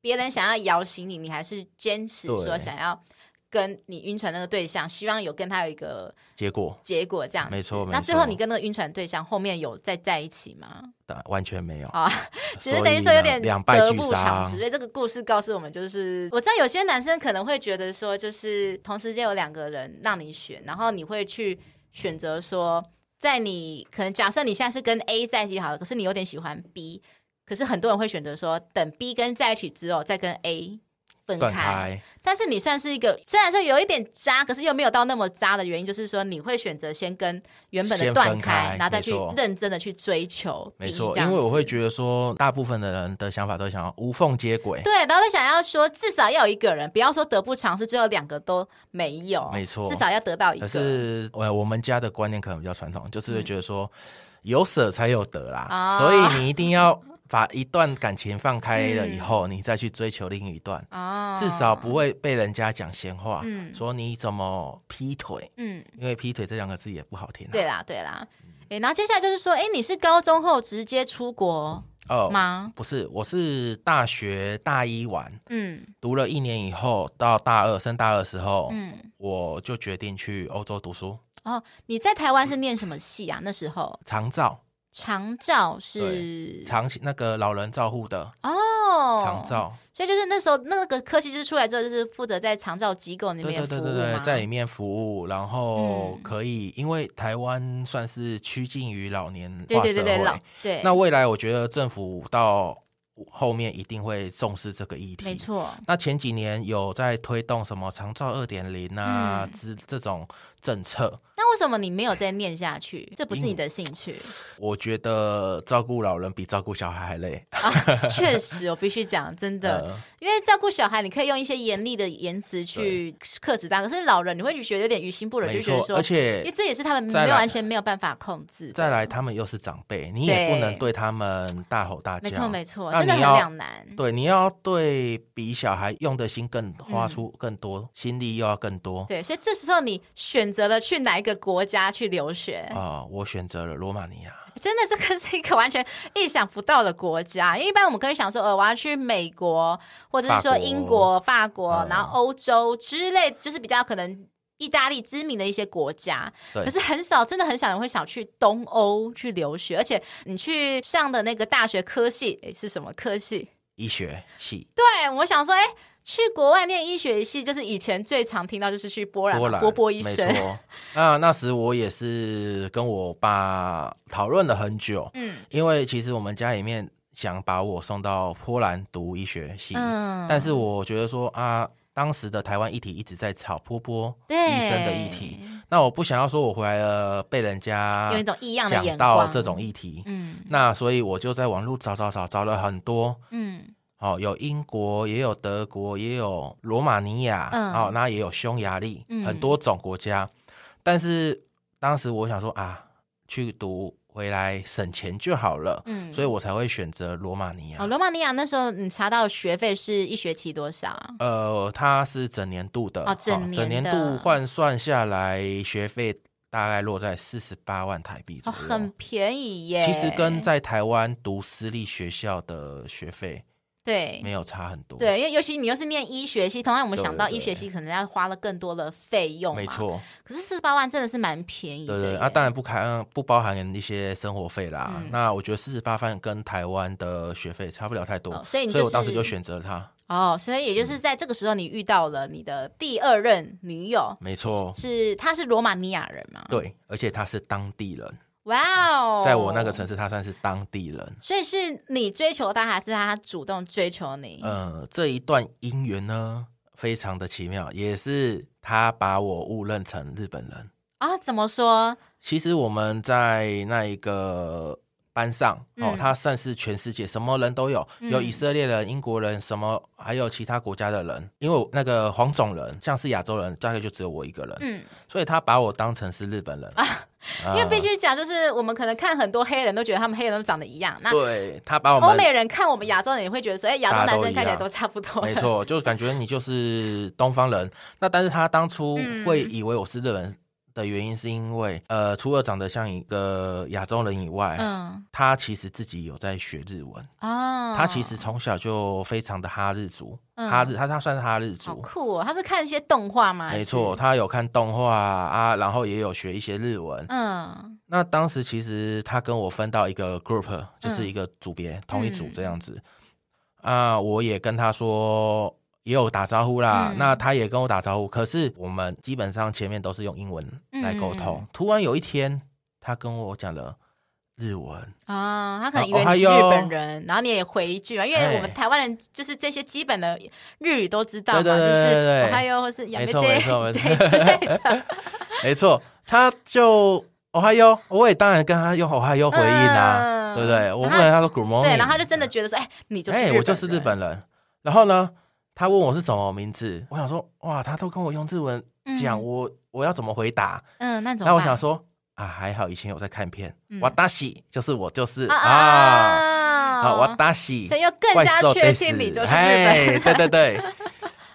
Speaker 2: 别人想要摇醒你，你还是坚持说
Speaker 1: 对
Speaker 2: 想要跟你晕船那个对象，希望有跟他有一个
Speaker 1: 结果
Speaker 2: 结果这样子。
Speaker 1: 没错没
Speaker 2: 那最后
Speaker 1: 错
Speaker 2: 你跟那个晕船对象后面有再在一起吗？
Speaker 1: 呃完全没有，
Speaker 2: 好 啊，只是等于
Speaker 1: 所以
Speaker 2: 说有
Speaker 1: 呢
Speaker 2: 点
Speaker 1: 两败
Speaker 2: 得
Speaker 1: 俱
Speaker 2: 不偿
Speaker 1: 伤
Speaker 2: 失。。所以这个故事告诉我们，就是我知道有些男生可能会觉得说，就是同时间有两个人让你选，然后你会去选择说，在你可能假设你现在是跟 A 在一起好了，可是你有点喜欢 B，可是很多人会选择说，等 B 跟在一起之后再跟 A 分
Speaker 1: 断
Speaker 2: 开。
Speaker 1: 开，
Speaker 2: 但是你算是一个，虽然说有一点渣，可是又没有到那么渣的原因，就是说你会选择先跟原本的
Speaker 1: 先
Speaker 2: 断
Speaker 1: 分
Speaker 2: 开，
Speaker 1: 开
Speaker 2: 然后再
Speaker 1: 没
Speaker 2: 去
Speaker 1: 错
Speaker 2: 认真的去追求 B
Speaker 1: 没错，
Speaker 2: 这样
Speaker 1: 因为我会
Speaker 2: 子
Speaker 1: 觉得说，大部分的人的想法都想要无缝接轨，
Speaker 2: 对，然后他想要说，至少要有一个人，不要说得不偿失，最后两个都没有，
Speaker 1: 没错
Speaker 2: 至少要得到一
Speaker 1: 可
Speaker 2: 个。嗯
Speaker 1: 是呃，我们家的观念可能比较传统，就是会觉得说，有舍才有得啦，
Speaker 2: 哦
Speaker 1: 所以你一定要把一段感情放开了
Speaker 2: 嗯
Speaker 1: 以后，你再去追求另一段，
Speaker 2: 哦，
Speaker 1: 至少不会被人家讲闲话，
Speaker 2: 嗯
Speaker 1: 说你怎么劈腿，
Speaker 2: 嗯，
Speaker 1: 因为劈腿这两个字也不好听、啊。
Speaker 2: 对啦对啦。哎、然后接下来就是说，哎、你是高中后直接出国
Speaker 1: 哦，
Speaker 2: 吗？
Speaker 1: 不是，我是大学大一完
Speaker 2: 嗯
Speaker 1: 读了一年以后，到大二升大二的时候，
Speaker 2: 嗯，
Speaker 1: 我就决定去欧洲读书，
Speaker 2: 哦，你在台湾是念什么系啊？那时候
Speaker 1: 长照
Speaker 2: 长照是
Speaker 1: 长期那个老人照护的
Speaker 2: 哦，
Speaker 1: 长照，
Speaker 2: 所以就是那时候那个科系就是出来之后，就是负责在长照机构里
Speaker 1: 对
Speaker 2: 面
Speaker 1: 对
Speaker 2: 服
Speaker 1: 对
Speaker 2: 务
Speaker 1: 对对
Speaker 2: 嘛，
Speaker 1: 在里面服务，然后
Speaker 2: 嗯
Speaker 1: 可以，因为台湾算是趋近于老年化
Speaker 2: 对
Speaker 1: 社
Speaker 2: 对
Speaker 1: 会，
Speaker 2: 对对老对，
Speaker 1: 那未来我觉得政府到后面一定会重视这个议题，
Speaker 2: 没。错，
Speaker 1: 那前几年有在推动什么长照二点零啊
Speaker 2: 嗯
Speaker 1: 之、这种政策，
Speaker 2: 那为什么你没有再念下去？这不是你的兴趣，
Speaker 1: 我觉得照顾老人比照顾小孩还累。
Speaker 2: 确实，我必须讲，真的，
Speaker 1: 呃
Speaker 2: 因为照顾小孩，你可以用一些严厉的言辞去克制他，可是老人你会觉得有点于心不忍，
Speaker 1: 没
Speaker 2: 就觉得
Speaker 1: 错，
Speaker 2: 说，
Speaker 1: 而
Speaker 2: 因为
Speaker 1: 且
Speaker 2: 这也是他们
Speaker 1: 再
Speaker 2: 没
Speaker 1: 来
Speaker 2: 有完全没有办法控制的。
Speaker 1: 再来他们又是长辈，你也不能对他们大吼大叫。
Speaker 2: 没错没错，
Speaker 1: 那
Speaker 2: 真的很
Speaker 1: 你要
Speaker 2: 两难。
Speaker 1: 对，你要对比小孩用的心更
Speaker 2: 嗯
Speaker 1: 花出更多，心力又要更多。
Speaker 2: 对，所以这时候你选择了去哪一个国家去留学，
Speaker 1: 啊、我选择了罗马尼亚。
Speaker 2: 真的这个是一个完全意想不到的国家。因为一般我们可以想说，呃，我要去美国，或者是说
Speaker 1: 法国
Speaker 2: 英国、法国，
Speaker 1: 嗯
Speaker 2: 然后欧洲之类，就是比较可能意大利知名的一些国家。
Speaker 1: 对
Speaker 2: 可是很少，真的很少人会想去东欧去留学，而且你去上的那个大学科系，诶是什么科系？
Speaker 1: 医学系，
Speaker 2: 对，我想说，哎、去国外念医学系，就是以前最常听到就是去波兰嘛，
Speaker 1: 波兰
Speaker 2: 啊波波医
Speaker 1: 没
Speaker 2: 生，
Speaker 1: 错。那那时我也是跟我爸讨论了很久，
Speaker 2: 嗯
Speaker 1: 因为其实我们家里面想把我送到波兰读医学系，
Speaker 2: 嗯
Speaker 1: 但是我觉得说啊，当时的台湾议题一直在吵波波
Speaker 2: 对
Speaker 1: 医生的议题，，那我不想要说我回来了被人家
Speaker 2: 有一种异样的眼
Speaker 1: 讲
Speaker 2: 光，
Speaker 1: 到这种议题，
Speaker 2: 嗯
Speaker 1: 那所以我就在网络找找找找了很多。
Speaker 2: 嗯
Speaker 1: 哦，有英国，也有德国，也有罗马尼亚，
Speaker 2: 嗯
Speaker 1: 哦，那也有匈牙利，
Speaker 2: 嗯
Speaker 1: 很多种国家。但是当时我想说啊，去读回来省钱就好了，
Speaker 2: 嗯，
Speaker 1: 所以啊我才会选择罗马尼亚。
Speaker 2: 哦，罗马尼亚那时候你查到学费是一学期多少啊？
Speaker 1: 呃，它是整年度的，
Speaker 2: 哦整
Speaker 1: 整年
Speaker 2: 年的
Speaker 1: 度换算下来，学费大概落在四十八万台币左
Speaker 2: 哦，
Speaker 1: 右。
Speaker 2: 很便宜耶。
Speaker 1: 其实跟在台湾读私立学校的学费
Speaker 2: 对
Speaker 1: 没有差很多，，
Speaker 2: 对，因为尤其你又是念医学系，同样我们
Speaker 1: 对
Speaker 2: 想到医
Speaker 1: 对
Speaker 2: 学系可能要花了更多的费用，
Speaker 1: 没。错。
Speaker 2: 可是四十八万真的是蛮便宜的
Speaker 1: 对
Speaker 2: 耶，
Speaker 1: 对啊，当然不含不包含一些生活费啦。
Speaker 2: 嗯
Speaker 1: 那我觉得四十八万跟台湾的学费差不了太多，
Speaker 2: 哦所以你
Speaker 1: 所以
Speaker 2: 就
Speaker 1: 我当时
Speaker 2: 是
Speaker 1: 就选嗯择了它。
Speaker 2: 哦，所以也就是在这个时候，你遇到了你的第二任女友，
Speaker 1: 没错，
Speaker 2: 是她是罗马尼亚人吗？，
Speaker 1: 对，而且他是当地人，
Speaker 2: 哇哦，
Speaker 1: 在我那个城市，他算是当地人。
Speaker 2: 所以是你追求她，还是她主动追求你？
Speaker 1: 呃，这一段姻缘呢，非常的奇妙，也是他把我误认成日本人。
Speaker 2: 啊，怎么说？
Speaker 1: 其实我们在那一个班上哦
Speaker 2: 嗯，
Speaker 1: 他算是全世界什么人都有，有以色列人、英国人，什么还有其他国家的人。因为我那个黄种人，像是亚洲人，大概就只有我一个人，
Speaker 2: 嗯，
Speaker 1: 所以他把我当成是日本人啊，
Speaker 2: 因为必须讲，就是我们可能看很多黑人都觉得他们黑人都长得一样，那
Speaker 1: 对他把我
Speaker 2: 啊欧
Speaker 1: 们
Speaker 2: 美人看我们亚洲人也会觉得说，哎、亚洲
Speaker 1: 大家
Speaker 2: 男
Speaker 1: 都
Speaker 2: 生看
Speaker 1: 一
Speaker 2: 起来
Speaker 1: 样
Speaker 2: 都差不多。
Speaker 1: 没，错，就感觉你就是东方人。那但是他当初
Speaker 2: 嗯
Speaker 1: 会以为我是日本人的原因，是因为、呃，除了长得像一个亚洲人以外，
Speaker 2: 嗯，
Speaker 1: 他其实自己有在学日文。
Speaker 2: 哦，
Speaker 1: 他其实从小就非常的哈日族，
Speaker 2: 嗯
Speaker 1: 哈日他他算是哈日
Speaker 2: 好
Speaker 1: 族，
Speaker 2: 酷哦，他是看一些动画吗？还
Speaker 1: 没
Speaker 2: 是
Speaker 1: 错，，他有看动画啊，然后也有学一些日文。
Speaker 2: 嗯
Speaker 1: 那当时其实他跟我分到一个 group，就是一
Speaker 2: 嗯
Speaker 1: 个组别，同一组这样子。啊，我也跟他说。也有打招呼啦，
Speaker 2: 嗯
Speaker 1: 那他也跟我打招呼，可是我们基本上前面都是用英文来沟通。
Speaker 2: 嗯嗯嗯
Speaker 1: 突然有一天，他跟我讲了日文，
Speaker 2: 啊、他可能以
Speaker 1: 哦
Speaker 2: 为你是
Speaker 1: 哦嗨
Speaker 2: 日
Speaker 1: 哟
Speaker 2: 本人，然后你也回一句嘛，因为我们
Speaker 1: 哎
Speaker 2: 台湾人就是这些基本的日语都知道嘛，
Speaker 1: 对对对对对
Speaker 2: 就是
Speaker 1: 对
Speaker 2: 还有或是亚
Speaker 1: 没
Speaker 2: 美
Speaker 1: 错没错没
Speaker 2: 对
Speaker 1: 错
Speaker 2: 对之类的，
Speaker 1: 没错，他就哦嗨哟，我也当然跟他用哦嗨哟回应啊，
Speaker 2: 嗯
Speaker 1: 对不对？我
Speaker 2: 然
Speaker 1: 不
Speaker 2: 后
Speaker 1: 能跟他说 Good morning，
Speaker 2: 对，然后他就真的觉得说，哎、你就是
Speaker 1: 哎、
Speaker 2: 日
Speaker 1: 我就是日
Speaker 2: 人
Speaker 1: 本人。然后呢，他问我是什么名字，我想说哇，他都跟我用日文讲，
Speaker 2: 嗯
Speaker 1: 我我要怎么回答？
Speaker 2: 嗯，那种，
Speaker 1: 那我想说啊，还好以前有在看片
Speaker 2: 嗯，
Speaker 1: 瓦达西就是我就是
Speaker 2: 啊
Speaker 1: 啊。
Speaker 2: 啊
Speaker 1: 啊，瓦达西
Speaker 2: 所，以又更加确定你就是日本
Speaker 1: 嘿
Speaker 2: 人。
Speaker 1: 哎对对对。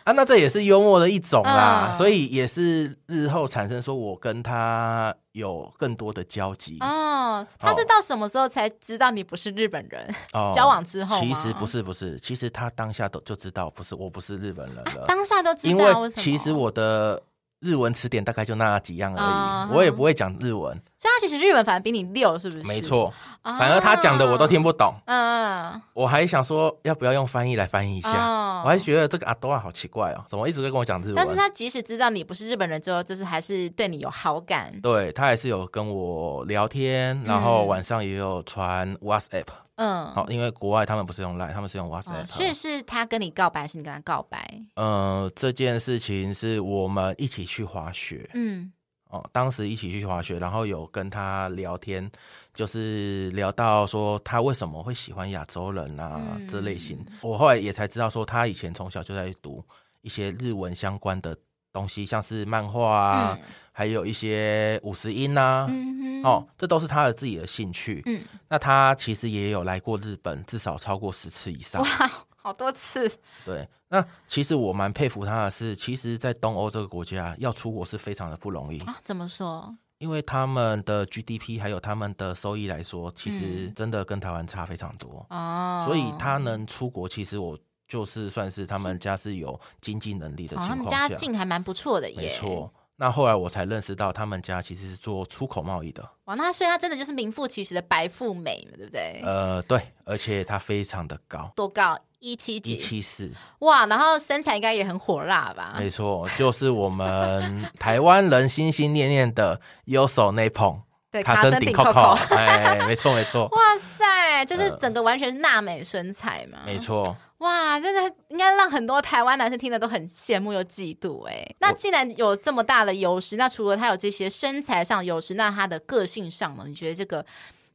Speaker 1: 啊，那这也是幽默的一种啦，
Speaker 2: 嗯
Speaker 1: 所以也是日后产生说我跟他有更多的交集
Speaker 2: 哦，他是
Speaker 1: 哦
Speaker 2: 到什么时候才知道你不是日本人？
Speaker 1: 哦
Speaker 2: 交往之后
Speaker 1: 其
Speaker 2: 吗
Speaker 1: 实不是不是，其实他当下都就知道不是我不是日本人了，
Speaker 2: 啊当下都知
Speaker 1: 因
Speaker 2: 道
Speaker 1: 为
Speaker 2: 为什么？
Speaker 1: 其实，我的日文词典大概就那几样而
Speaker 2: 啊
Speaker 1: 已，我也不会讲日文，
Speaker 2: 所以他其实日文反而比你溜，是不是？
Speaker 1: 没，错，
Speaker 2: 啊
Speaker 1: 反而他讲的我都。听不懂，
Speaker 2: 嗯，
Speaker 1: 我还想说要不要用翻译来翻译一下，
Speaker 2: 哦
Speaker 1: 我还觉得这个阿多啊好奇怪哦，怎么一直在跟我讲日
Speaker 2: 但是
Speaker 1: 文？
Speaker 2: 他即使知道你不是日本人之后，就是还是对你有好感。
Speaker 1: 对他还是有跟我聊天，然后晚上也有传 WhatsApp，哦
Speaker 2: 嗯，
Speaker 1: 好、因为国外他们不是用 Line，他们是用
Speaker 2: 哦
Speaker 1: WhatsApp，、
Speaker 2: 所以是他跟你告白，还是你跟他告白？
Speaker 1: 呃，这件事情是我们一起去滑雪
Speaker 2: 嗯，
Speaker 1: 哦，当时一起去滑雪，然后有跟他聊天，就是聊到说他为什么会喜欢亚洲人啊、
Speaker 2: 嗯
Speaker 1: 这类型。我后来也才知道说，他以前从小就在读一些日文相关的东西，像是漫画啊，还有一些五十音啊。
Speaker 2: 嗯嗯，嗯哼
Speaker 1: 哦，，这都是他的自己的兴趣。
Speaker 2: 嗯，
Speaker 1: 那他其实也有来过日本，至少超过十次以上
Speaker 2: 哇。，好多次，
Speaker 1: 对，那其实我蛮佩服他的是，其实，在东欧这个国家要出国是非常的不容易，
Speaker 2: 啊，怎么说？
Speaker 1: 因为他们的 GDP 还有他们的收益来说，其实
Speaker 2: 嗯
Speaker 1: 真的跟台湾差非常多，
Speaker 2: 哦，
Speaker 1: 所以他能出国，其实我就是算是他们家是有经济能力的
Speaker 2: 哦，他
Speaker 1: 情
Speaker 2: 们
Speaker 1: 况
Speaker 2: 家
Speaker 1: 下，
Speaker 2: 境还蛮不错的耶。
Speaker 1: 没错。那后来我才认识到，他们家其实是做出口贸易的，
Speaker 2: 哇，那所以他真的就是名副其实的白富美嘛，对不对？
Speaker 1: 呃，对，而且它非常的高，
Speaker 2: 多高？一七
Speaker 1: 一
Speaker 2: 几？
Speaker 1: 七四，
Speaker 2: 哇，然后身材应该也很火辣吧？
Speaker 1: 没错，就是我们台湾人心心念念的右手内捧。
Speaker 2: 对，
Speaker 1: 卡
Speaker 2: 卡
Speaker 1: 森
Speaker 2: 森
Speaker 1: 顶
Speaker 2: 顶
Speaker 1: 扣
Speaker 2: 扣
Speaker 1: 扣
Speaker 2: 扣。，
Speaker 1: 哎，没错没错
Speaker 2: 哇塞，就是
Speaker 1: 呃
Speaker 2: 整个完全是娜美身材嘛，
Speaker 1: 没。错，
Speaker 2: 哇，真的应该让很多台湾男生听了都很羡慕又嫉妒哎、那既然有这么大的优势，那除了他有这些身材上的优势，那他的个性上呢？你觉得这个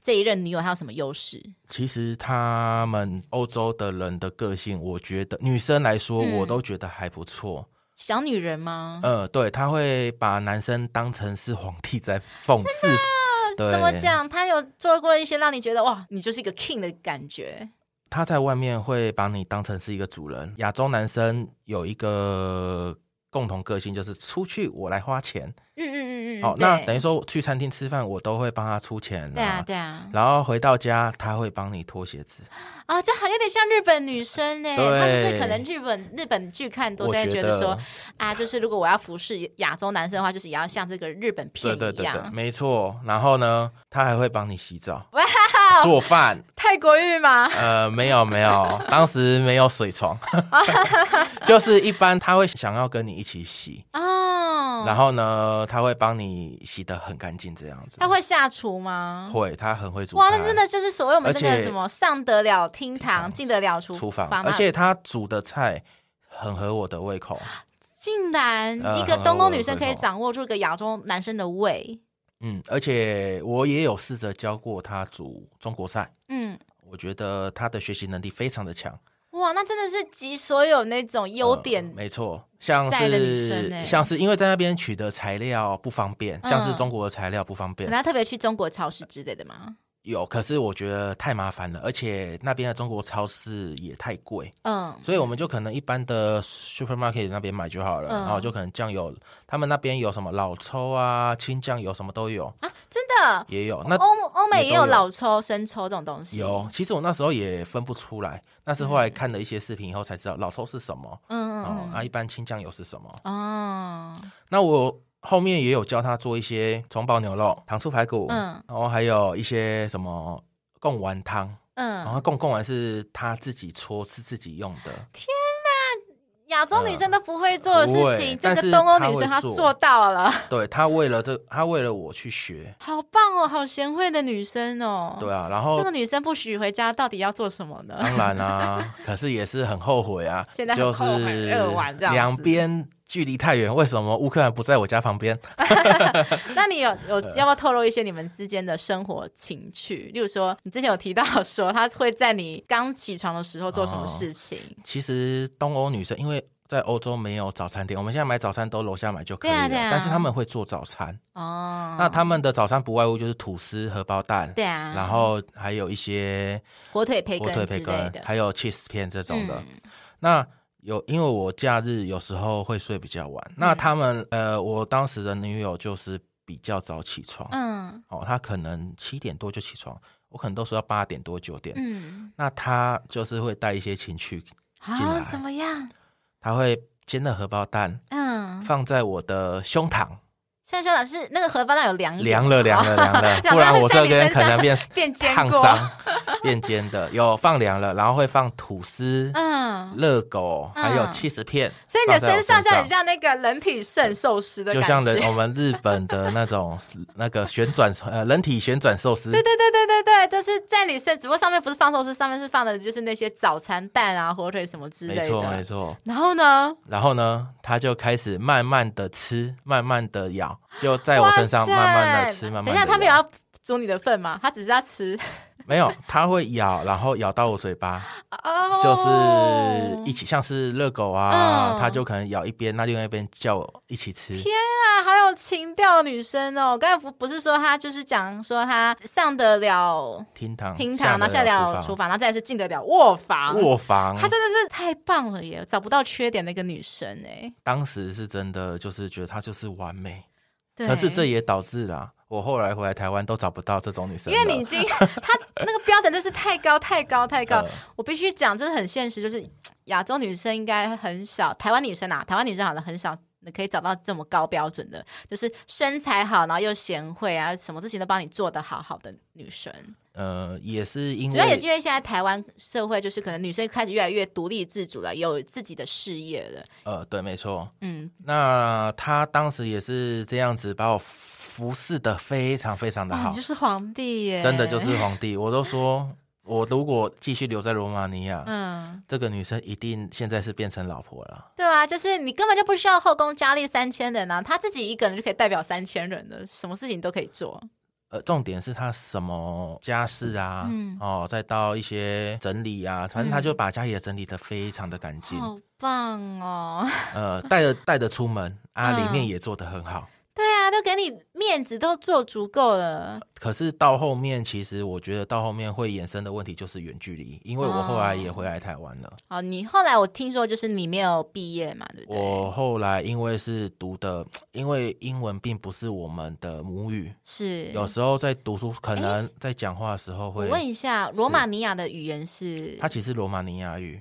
Speaker 2: 这一任女友她有什么优势？
Speaker 1: 其实他们欧洲的人的个性，我觉得女生来说，
Speaker 2: 嗯
Speaker 1: 我都觉得还不错。
Speaker 2: 小女人吗？
Speaker 1: 呃，对，他会把男生当成是皇帝在讽 刺，对，
Speaker 2: 怎么？讲？她有做过一些让你觉得哇，你就是一个 king 的感觉。
Speaker 1: 他在外面会把你当成是一个主人。亚洲男生有一个共同个性，就是出去我来花钱。
Speaker 2: 嗯嗯嗯嗯。
Speaker 1: 哦，那
Speaker 2: 对
Speaker 1: 等于说去餐厅吃饭，我都会帮他出钱、
Speaker 2: 对啊，对啊，
Speaker 1: 然后回到家，他会帮你脱鞋子。
Speaker 2: 啊，这好有点像日本女生呢、
Speaker 1: 对
Speaker 2: 她是不是可能日本日本剧看多，
Speaker 1: 我
Speaker 2: 所以
Speaker 1: 觉
Speaker 2: 觉
Speaker 1: 得
Speaker 2: 得说啊，就是如果我要服侍亚洲男生的话，就是也要像这个日本片
Speaker 1: 对
Speaker 2: 一样。
Speaker 1: 对对对，没错。然后呢，他还会帮你洗澡、
Speaker 2: 啊 哇，
Speaker 1: 做饭。
Speaker 2: 泰国浴吗？
Speaker 1: 呃，没有没有，当时没有水床， 就是一般他会想要跟你一起洗，
Speaker 2: 哦，
Speaker 1: 然后呢，他会帮你洗得很干净这样子。
Speaker 2: 他会下厨吗？
Speaker 1: 会，他很会煮菜。
Speaker 2: 哇，那真的就是所谓我们那
Speaker 1: 而
Speaker 2: 个
Speaker 1: 且
Speaker 2: 什么上得了厅堂，进得了厨
Speaker 1: 厨房，
Speaker 2: 嘛
Speaker 1: 而且他煮的菜很合我的胃口。
Speaker 2: 竟然
Speaker 1: 呃
Speaker 2: 一个东欧女生可
Speaker 1: 很
Speaker 2: 以
Speaker 1: 好
Speaker 2: 掌握住一个亚洲男生的胃，
Speaker 1: 嗯，而且我也有试着教过他煮中国菜，
Speaker 2: 嗯。
Speaker 1: 我觉得他的学习能力非常的强。
Speaker 2: 哇，那真的是集所有那种优
Speaker 1: 呃
Speaker 2: 点，
Speaker 1: 没错，像
Speaker 2: 在的女生
Speaker 1: 是、
Speaker 2: 欸
Speaker 1: 像是因为在那边取得材料不方便，
Speaker 2: 嗯
Speaker 1: 像是中国的材料不方便
Speaker 2: 可能，他特别去中国超市之类的吗？
Speaker 1: 有可是我觉得太麻烦了，而且那边的中国超市也太贵，
Speaker 2: 嗯，
Speaker 1: 所以我们就可能一般的 supermarket 那边买就好了，
Speaker 2: 嗯
Speaker 1: 然后就可能酱油，他们那边有什么老抽啊、青酱油什么都有，
Speaker 2: 啊，哦真的，
Speaker 1: 也有那。
Speaker 2: 欧欧美
Speaker 1: 也都
Speaker 2: 也有
Speaker 1: 有
Speaker 2: 老抽、生抽这种东西。
Speaker 1: 有，，其实我那时候也分不出来，但是后来看了一些视频以后才知道老抽是什么，哦
Speaker 2: 嗯
Speaker 1: 啊
Speaker 2: 嗯，
Speaker 1: 啊，一般青酱油是什么，
Speaker 2: 嗯，哦，
Speaker 1: 那我后面也有教他做一些葱爆牛肉、糖醋排骨，
Speaker 2: 嗯
Speaker 1: 然后还有一些什么贡丸汤，然
Speaker 2: 嗯，
Speaker 1: 后贡贡丸是他自己搓，是自己用 的，
Speaker 2: 亚洲女生都不会做的事情，
Speaker 1: 嗯不会
Speaker 2: 这个东欧
Speaker 1: 但
Speaker 2: 女
Speaker 1: 是
Speaker 2: 生
Speaker 1: 她会
Speaker 2: 她
Speaker 1: 做
Speaker 2: 做到了，
Speaker 1: 对他为了这，他为了我去学，
Speaker 2: 好棒哦，好贤惠的女生哦。
Speaker 1: 对啊啊，然
Speaker 2: 这
Speaker 1: 后
Speaker 2: 个。女生不许回家，到底要做什么呢？
Speaker 1: 当然啦、可是也是很后悔啊，
Speaker 2: 现在很
Speaker 1: 就
Speaker 2: 后悔
Speaker 1: 是
Speaker 2: 饿完这样子
Speaker 1: 两边距离太远，为什么乌克兰不在我家旁边？
Speaker 2: 那你有有
Speaker 1: 啊
Speaker 2: 要不要透露一些你们之间的生活情趣？例如说，你之前有提到
Speaker 1: 哦
Speaker 2: 说她会在你刚起床的时候做什么事情？
Speaker 1: 其实东欧女生，因为在欧洲没有早餐店，我们现在买早餐都楼下买就可以
Speaker 2: 对
Speaker 1: 了。
Speaker 2: 啊对啊
Speaker 1: 但是他们会做早餐，
Speaker 2: 哦，
Speaker 1: 那他们的早餐不外乎就是吐司、荷包蛋，
Speaker 2: 对啊，
Speaker 1: 然后还有一些
Speaker 2: 火腿培
Speaker 1: 火腿
Speaker 2: 根
Speaker 1: 培
Speaker 2: 之类
Speaker 1: 根，
Speaker 2: 的，
Speaker 1: 还有 cheese 片这种的。
Speaker 2: 嗯
Speaker 1: 那有，因为我假日有时候会睡比较晚，那
Speaker 2: 嗯
Speaker 1: 他们呃，我当时的女友就是比较早起床，
Speaker 2: 嗯
Speaker 1: 哦，她可能七点多就起床，我可能都说要八点多九点，
Speaker 2: 嗯，
Speaker 1: 那她就是会带一些情趣，进
Speaker 2: 啊，
Speaker 1: 来
Speaker 2: 怎么样？
Speaker 1: 她会煎的荷包蛋
Speaker 2: 嗯，
Speaker 1: 放在我的胸膛，
Speaker 2: 夏肖老师那个荷包蛋有凉一点
Speaker 1: 凉了凉了凉了，
Speaker 2: 嗯哦想
Speaker 1: 不然
Speaker 2: 说
Speaker 1: 我
Speaker 2: 在
Speaker 1: 这
Speaker 2: 你
Speaker 1: 边
Speaker 2: 身
Speaker 1: 可能
Speaker 2: 上
Speaker 1: 变
Speaker 2: 变 煎
Speaker 1: 烫
Speaker 2: 过，
Speaker 1: 伤，变煎的，有放凉了，然后会放吐司。
Speaker 2: 嗯，
Speaker 1: 热狗还有
Speaker 2: 嗯
Speaker 1: cheese 片，
Speaker 2: 所以你
Speaker 1: 放
Speaker 2: 的
Speaker 1: 在我
Speaker 2: 身上就
Speaker 1: 身
Speaker 2: 很像那个人体圣寿司的
Speaker 1: 就
Speaker 2: 感觉，
Speaker 1: 像人哦我们日本的那种那个旋转呃人体旋转寿司，
Speaker 2: 对对对对对对，就是在你身，只不过上面不是放寿司，上面是放的就是那些早餐蛋啊、火腿什么之类
Speaker 1: 没
Speaker 2: 的。
Speaker 1: 错没错。
Speaker 2: 然后呢？
Speaker 1: 然后呢，他就开始慢慢的吃，慢慢的咬，就在我身上
Speaker 2: 哇塞
Speaker 1: 慢慢的吃，慢慢的。
Speaker 2: 等一下，他没有要煮你的份吗？他只是要吃，
Speaker 1: 没有，他会咬，然后咬到我嘴巴，
Speaker 2: 哦
Speaker 1: 就是一起，像是热狗啊，
Speaker 2: 嗯
Speaker 1: 他就可能咬一边，那另外一边叫我一起吃。
Speaker 2: 啊，好有情调的女生哦。我刚才不不是说她就是讲说她上得了
Speaker 1: 厅堂，
Speaker 2: 厅堂，然啊后
Speaker 1: 下
Speaker 2: 下得了厨房，然后再来是进得了卧房。
Speaker 1: 房，卧房。
Speaker 2: 她真的是太棒了耶，找不到缺点的一个女生哎。
Speaker 1: 当时是真的，就是觉得她就是完美。
Speaker 2: 对，
Speaker 1: 可是这也导致啦，我后来回来台湾都找不到这种女生
Speaker 2: 因
Speaker 1: 了，
Speaker 2: 为你已经，他那个标准真是太高太高太高，
Speaker 1: 呃
Speaker 2: 我必须讲，真的很现实，就是亚洲女生应该很少，台湾女生啊，台湾女生好像很少。可以找到这么高标准的，就是身材好，然后又贤惠啊，什么事情都帮你做得好好的女生。
Speaker 1: 呃，也是因
Speaker 2: 主要也
Speaker 1: 为
Speaker 2: 是因为现在台湾社会，就是可能女生开始越来越独立自主了，有自己的事业了。
Speaker 1: 呃，对，没错。
Speaker 2: 嗯，
Speaker 1: 那她当时也是这样子把我服侍的非常非常的
Speaker 2: 哇，
Speaker 1: 好
Speaker 2: 哦你就，是皇帝耶，
Speaker 1: 真的就是皇帝。我都说，我如果继续留在罗马尼亚，
Speaker 2: 嗯，
Speaker 1: 这个女生一定现在是变成老婆了。
Speaker 2: 对啊，就是你根本就不需要后宫佳丽三千人啊，她自己一个人就可以代表三千人的，什么事情都可以做。
Speaker 1: 呃，重点是她什么家事啊，
Speaker 2: 嗯
Speaker 1: 哦，再到一些整理啊，反正她就把家里的整理的非常的干净，
Speaker 2: 好棒哦！
Speaker 1: 呃，带着带着出门啊，
Speaker 2: 嗯
Speaker 1: 里面也做得很好。
Speaker 2: 对啊，都给你面子，都做足够了。
Speaker 1: 可是到后面，其实我觉得到后面会衍生的问题就是远距离，因为我后来也回来台湾了。
Speaker 2: 好，你后来我听说就是你没有毕业嘛，对不对？
Speaker 1: 我后来因为是读的，因为英文并不是我们的母语，
Speaker 2: 是
Speaker 1: 有时候在读书，可能在讲话的时候
Speaker 2: 我
Speaker 1: 会，
Speaker 2: 问一下，罗马尼亚的语言是
Speaker 1: 它其实罗马尼亚语，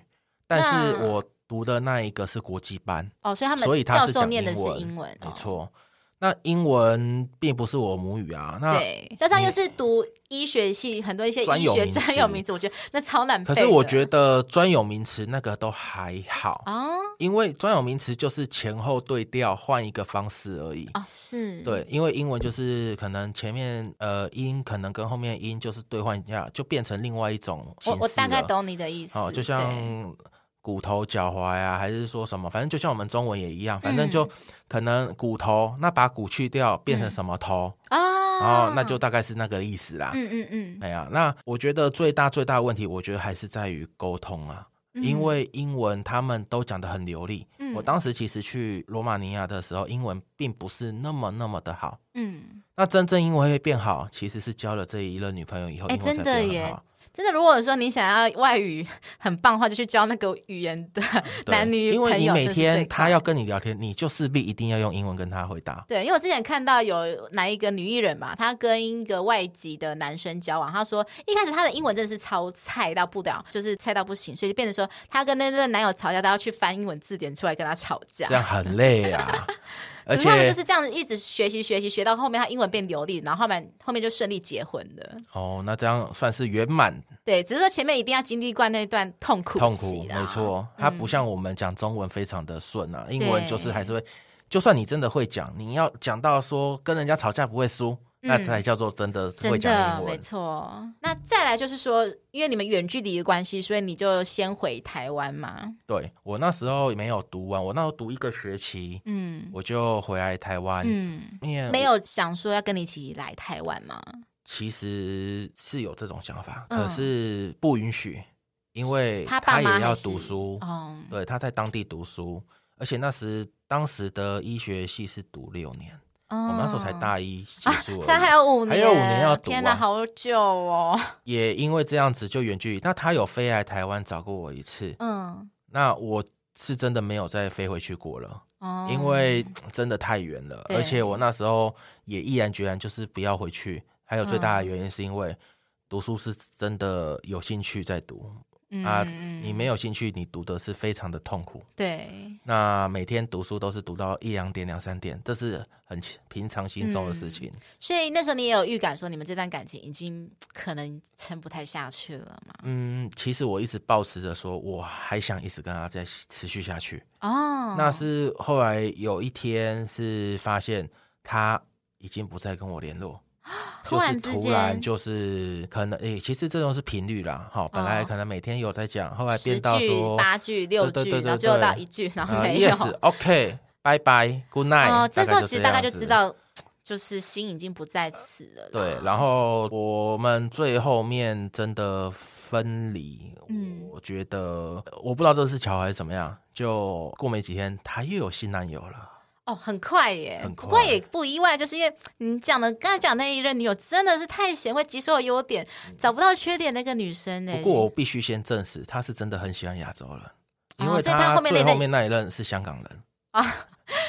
Speaker 1: 但是
Speaker 2: 那
Speaker 1: 我读的那一个是国际班，
Speaker 2: 哦，所以他们
Speaker 1: 所以他
Speaker 2: 教
Speaker 1: 是
Speaker 2: 授
Speaker 1: 讲
Speaker 2: 念的
Speaker 1: 英
Speaker 2: 是
Speaker 1: 文
Speaker 2: 英文，
Speaker 1: 没
Speaker 2: 哦。
Speaker 1: 错。那英文并不是我母语啊，那
Speaker 2: 对，加上
Speaker 1: 你
Speaker 2: 又是读医学系，很多一些
Speaker 1: 专
Speaker 2: 医
Speaker 1: 有
Speaker 2: 学
Speaker 1: 名词
Speaker 2: 专有名词，我觉得那超难背
Speaker 1: 可
Speaker 2: 的。
Speaker 1: 是我觉得专有名词那个都还好，
Speaker 2: 啊
Speaker 1: 因为专有名词就是前后对调，换一个方式而已。
Speaker 2: 啊是，
Speaker 1: 对，因为英文就是可能前面呃音可能跟后面音就是兑换一下，就变成另外一种形
Speaker 2: 我
Speaker 1: 式
Speaker 2: 我大概
Speaker 1: 了。
Speaker 2: 懂你的意思。
Speaker 1: 哦，就
Speaker 2: 对
Speaker 1: 像骨头、脚踝呀、还是说什么，反正就像我们中文也一样，反正
Speaker 2: 嗯
Speaker 1: 就可能骨头，那把骨去掉变成什么头，
Speaker 2: 啊，
Speaker 1: 然哦后那就大概是那个意思啦。
Speaker 2: 嗯嗯嗯，
Speaker 1: 哎呀，那我觉得最大最大的问题，我觉得还是在于沟通啊。因
Speaker 2: 嗯
Speaker 1: 为英文他们都讲得很流利。
Speaker 2: 嗯
Speaker 1: 我当时其实去罗马尼亚的时候，英文并不是那么那么的好。
Speaker 2: 嗯。
Speaker 1: 那真正英文会变好，其实是交了这一任女朋友以后，
Speaker 2: 哎
Speaker 1: 英文才
Speaker 2: 真的
Speaker 1: 变
Speaker 2: 耶
Speaker 1: 很好。啊
Speaker 2: 真的，如果说你想要外语很棒的话，就去教那个语言的
Speaker 1: 对
Speaker 2: 男女
Speaker 1: 因为
Speaker 2: 朋
Speaker 1: 你
Speaker 2: 友。
Speaker 1: 每
Speaker 2: 这是最
Speaker 1: 天他
Speaker 2: 快
Speaker 1: 要跟你聊天，你就势必一定要用英文跟他回答。
Speaker 2: 对，因为我之前看到有哪一个女艺人嘛，她跟一个外籍的男生交往，她说一开始她的英文真的是超菜到不了，就是菜到不行，所以就变成说她跟那个男友吵架，都要去翻英文字典出来跟他吵架
Speaker 1: 这。样很累 啊。而
Speaker 2: 可是他们
Speaker 1: 且
Speaker 2: 就是这样子一直学习学习，学到后面她英文变流利，然后后面后面就顺利结婚的。
Speaker 1: 哦，那这样算是圆满
Speaker 2: 对，只是说前面一定要经历过那段痛苦
Speaker 1: 痛苦，
Speaker 2: 期啦嗯
Speaker 1: 没。错。它不像我们讲中文非常的顺啊，英文就是
Speaker 2: 对
Speaker 1: 还是会，就算你真的会讲，你要讲到说跟人家吵架不会输，那
Speaker 2: 嗯
Speaker 1: 才叫做真的会
Speaker 2: 真
Speaker 1: 讲
Speaker 2: 的
Speaker 1: 英
Speaker 2: 没
Speaker 1: 文。
Speaker 2: 错。那再来就是说，因为你们远距离的关系，所以你就先回台湾嘛。
Speaker 1: 对我那时候没有读完，我那时候读一个学期，
Speaker 2: 嗯
Speaker 1: 我就回来台湾。
Speaker 2: 嗯，
Speaker 1: 因为
Speaker 2: 没
Speaker 1: 我
Speaker 2: 有想说要跟你一起来台湾吗？
Speaker 1: 其实是有这种想法，
Speaker 2: 嗯
Speaker 1: 可是不允许。因为
Speaker 2: 他爸
Speaker 1: 他
Speaker 2: 妈
Speaker 1: 也
Speaker 2: 还
Speaker 1: 要
Speaker 2: 是
Speaker 1: 读书，
Speaker 2: 哦，
Speaker 1: 对，他在当地读书，而且那时当时的医学系是读六年，我
Speaker 2: 我
Speaker 1: 们那时候才，大一结束而已。
Speaker 2: 哦他啊还有五年，
Speaker 1: 还有五年要读啊
Speaker 2: 天哪，好 久哦。
Speaker 1: 也因为这样子就远距离，那他有飞来台湾找过我一次，
Speaker 2: 嗯，
Speaker 1: 那我是真的没有再飞回去过了，
Speaker 2: 哦，
Speaker 1: 因为真的太远了，
Speaker 2: 对
Speaker 1: 而且我那时候也毅然决然就是不要回去。还有最大的
Speaker 2: 嗯
Speaker 1: 原因是因为读书是真的有兴趣在读，啊
Speaker 2: 嗯
Speaker 1: 你没有兴趣，你读的是非常的痛苦。
Speaker 2: 对，
Speaker 1: 那每天读书都是读到一两点、两三点，这是很平常轻松的
Speaker 2: 嗯
Speaker 1: 事情。
Speaker 2: 所以那时候你也有预感说你们这段感情已经可能撑不太下去了嘛？
Speaker 1: 嗯，其实我一直保持着说，我还想一直跟他再持续下去。
Speaker 2: 哦，
Speaker 1: 那是后来有一天是发现他已经不再跟我联 络，
Speaker 2: 突
Speaker 1: 就是
Speaker 2: 然之
Speaker 1: 突
Speaker 2: 间
Speaker 1: 然就是可能诶、其实这种是频率啦，好，本来
Speaker 2: 哦
Speaker 1: 可能每天有在讲，后来
Speaker 2: 十
Speaker 1: 变到
Speaker 2: 句
Speaker 1: 说、
Speaker 2: 八句、六
Speaker 1: 对
Speaker 2: 句，
Speaker 1: 对对
Speaker 2: 然后
Speaker 1: 对
Speaker 2: 最后
Speaker 1: 对
Speaker 2: 到一句，然后
Speaker 1: 呃
Speaker 2: 没有。
Speaker 1: yes OK bye bye good night，、
Speaker 2: 哦，这时候
Speaker 1: 就
Speaker 2: 其实
Speaker 1: 这
Speaker 2: 大概
Speaker 1: 样
Speaker 2: 就
Speaker 1: 子
Speaker 2: 知。道，就是心已经不在此了啦。
Speaker 1: 对，然后我们最后面真的分离，
Speaker 2: 嗯
Speaker 1: 我觉得我不知道这是巧合还是怎么样，就过没几天，她又有新男友了。
Speaker 2: 哦，很快耶，
Speaker 1: 很
Speaker 2: 不
Speaker 1: 快
Speaker 2: 过也不意外，就是因为你讲的刚才讲那一任女友真的是太贤惠，集所有优点，找不到缺点那个女生欸呢。
Speaker 1: 嗯不过我必须先证实，她是真的很喜欢亚洲人，因
Speaker 2: 哦
Speaker 1: 为
Speaker 2: 所以她后面那
Speaker 1: 最
Speaker 2: 任
Speaker 1: 后面那一任是香港人，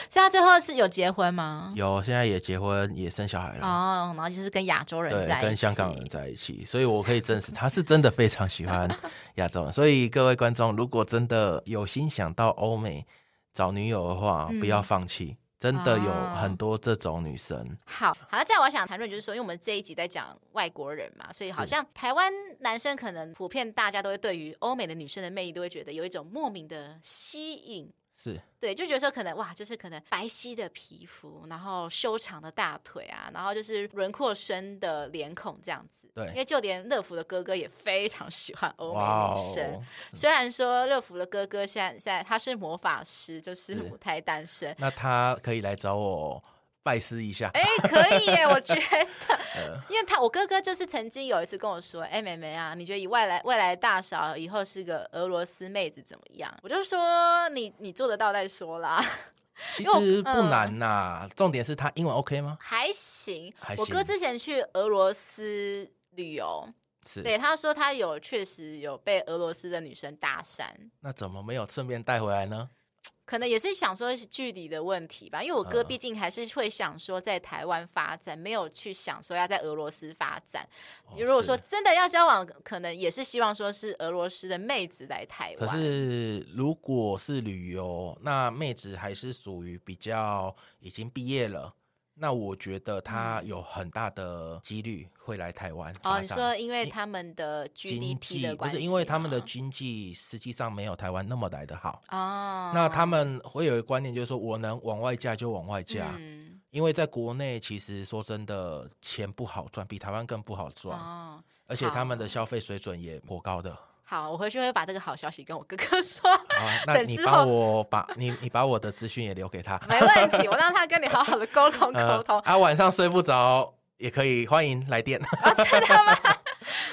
Speaker 2: 所以她最后是有结婚吗？
Speaker 1: 有现在也结婚也生小孩了，
Speaker 2: 嗯哦，然后就是跟亚洲人
Speaker 1: 对
Speaker 2: 在一，起，
Speaker 1: 跟香港人在一起，所以我可以证实她是真的非常喜 欢亚洲人。所以各位观众，如果真的有心想到欧美找女友的话，
Speaker 2: 嗯
Speaker 1: 不要放弃。真的有
Speaker 2: 哦
Speaker 1: 很多这种女生，
Speaker 2: 好，好，这样我想谈论就是说，因为我们这一集在讲外国人嘛，所以好
Speaker 1: 是
Speaker 2: 像台湾男生可能普遍大家都会对于欧美的女生的魅力都会觉得有一种莫名的吸引，
Speaker 1: 是
Speaker 2: 对，就觉得说可能哇，就是可能白皙的皮肤，然后修长的大腿啊，然后就是轮廓深的脸孔这样子。因
Speaker 1: 对，
Speaker 2: 为就连乐福的哥哥也非常喜欢欧美
Speaker 1: 哇
Speaker 2: 女生，
Speaker 1: 哦，
Speaker 2: 虽然说乐福的哥哥现在现在他是魔法师，就
Speaker 1: 是
Speaker 2: 是母胎单身，
Speaker 1: 那她可以来找我拜师一下，
Speaker 2: 哎、可以耶，我觉 得，
Speaker 1: 嗯
Speaker 2: 因为他我哥哥就是曾经有一次跟我说，哎、妹妹啊，你觉得以外来未来大嫂以后是个俄罗斯妹子怎么样？我就说你你做得到再说啦，
Speaker 1: 其
Speaker 2: 因为我
Speaker 1: 实不
Speaker 2: 嗯
Speaker 1: 难呐、重点是她英文 OK 吗？
Speaker 2: 还行。
Speaker 1: 还
Speaker 2: 我哥
Speaker 1: 行
Speaker 2: 之前去俄罗斯旅游，
Speaker 1: 是，
Speaker 2: 对他说他有确实有被俄罗斯的女生搭讪。
Speaker 1: 那怎么没有顺便带回来呢？
Speaker 2: 可能也是想说是距离的问题吧，因为我哥
Speaker 1: 嗯
Speaker 2: 毕竟还是会想说在台湾发展，没有去想说要在俄罗斯发展。
Speaker 1: 哦
Speaker 2: 如果
Speaker 1: 是
Speaker 2: 说真的要交往，可能也是希望说是俄罗斯的妹子来台
Speaker 1: 可
Speaker 2: 湾。
Speaker 1: 是如果是旅游，那妹子还是属于比较已经毕业了，那我觉得她有很大的几率会来台湾发
Speaker 2: 嗯哦，
Speaker 1: 展。
Speaker 2: 你说因为他们的
Speaker 1: 经
Speaker 2: GDP
Speaker 1: 济
Speaker 2: 的
Speaker 1: 不
Speaker 2: 关系
Speaker 1: 是
Speaker 2: 吗，
Speaker 1: 因为他们的经济实际上没有台湾那么来的好。
Speaker 2: 哦，
Speaker 1: 那他们会有一个观念，就是说我能往外嫁就往外嫁，
Speaker 2: 嗯
Speaker 1: 因为在国内其实说真的，钱不好赚，比台湾更不好赚，
Speaker 2: 哦，
Speaker 1: 而且他们的
Speaker 2: 好
Speaker 1: 消费水准也颇高的。
Speaker 2: 好，我回去会把这个好消息跟我哥 哥说。
Speaker 1: 好，哦那
Speaker 2: 等
Speaker 1: 你
Speaker 2: 之
Speaker 1: 帮
Speaker 2: 后
Speaker 1: 我把你你把我的资讯也留 给他。
Speaker 2: 没问题，我让他跟你好好的沟通沟通。
Speaker 1: 啊，晚上睡不着也可以，欢迎来 电。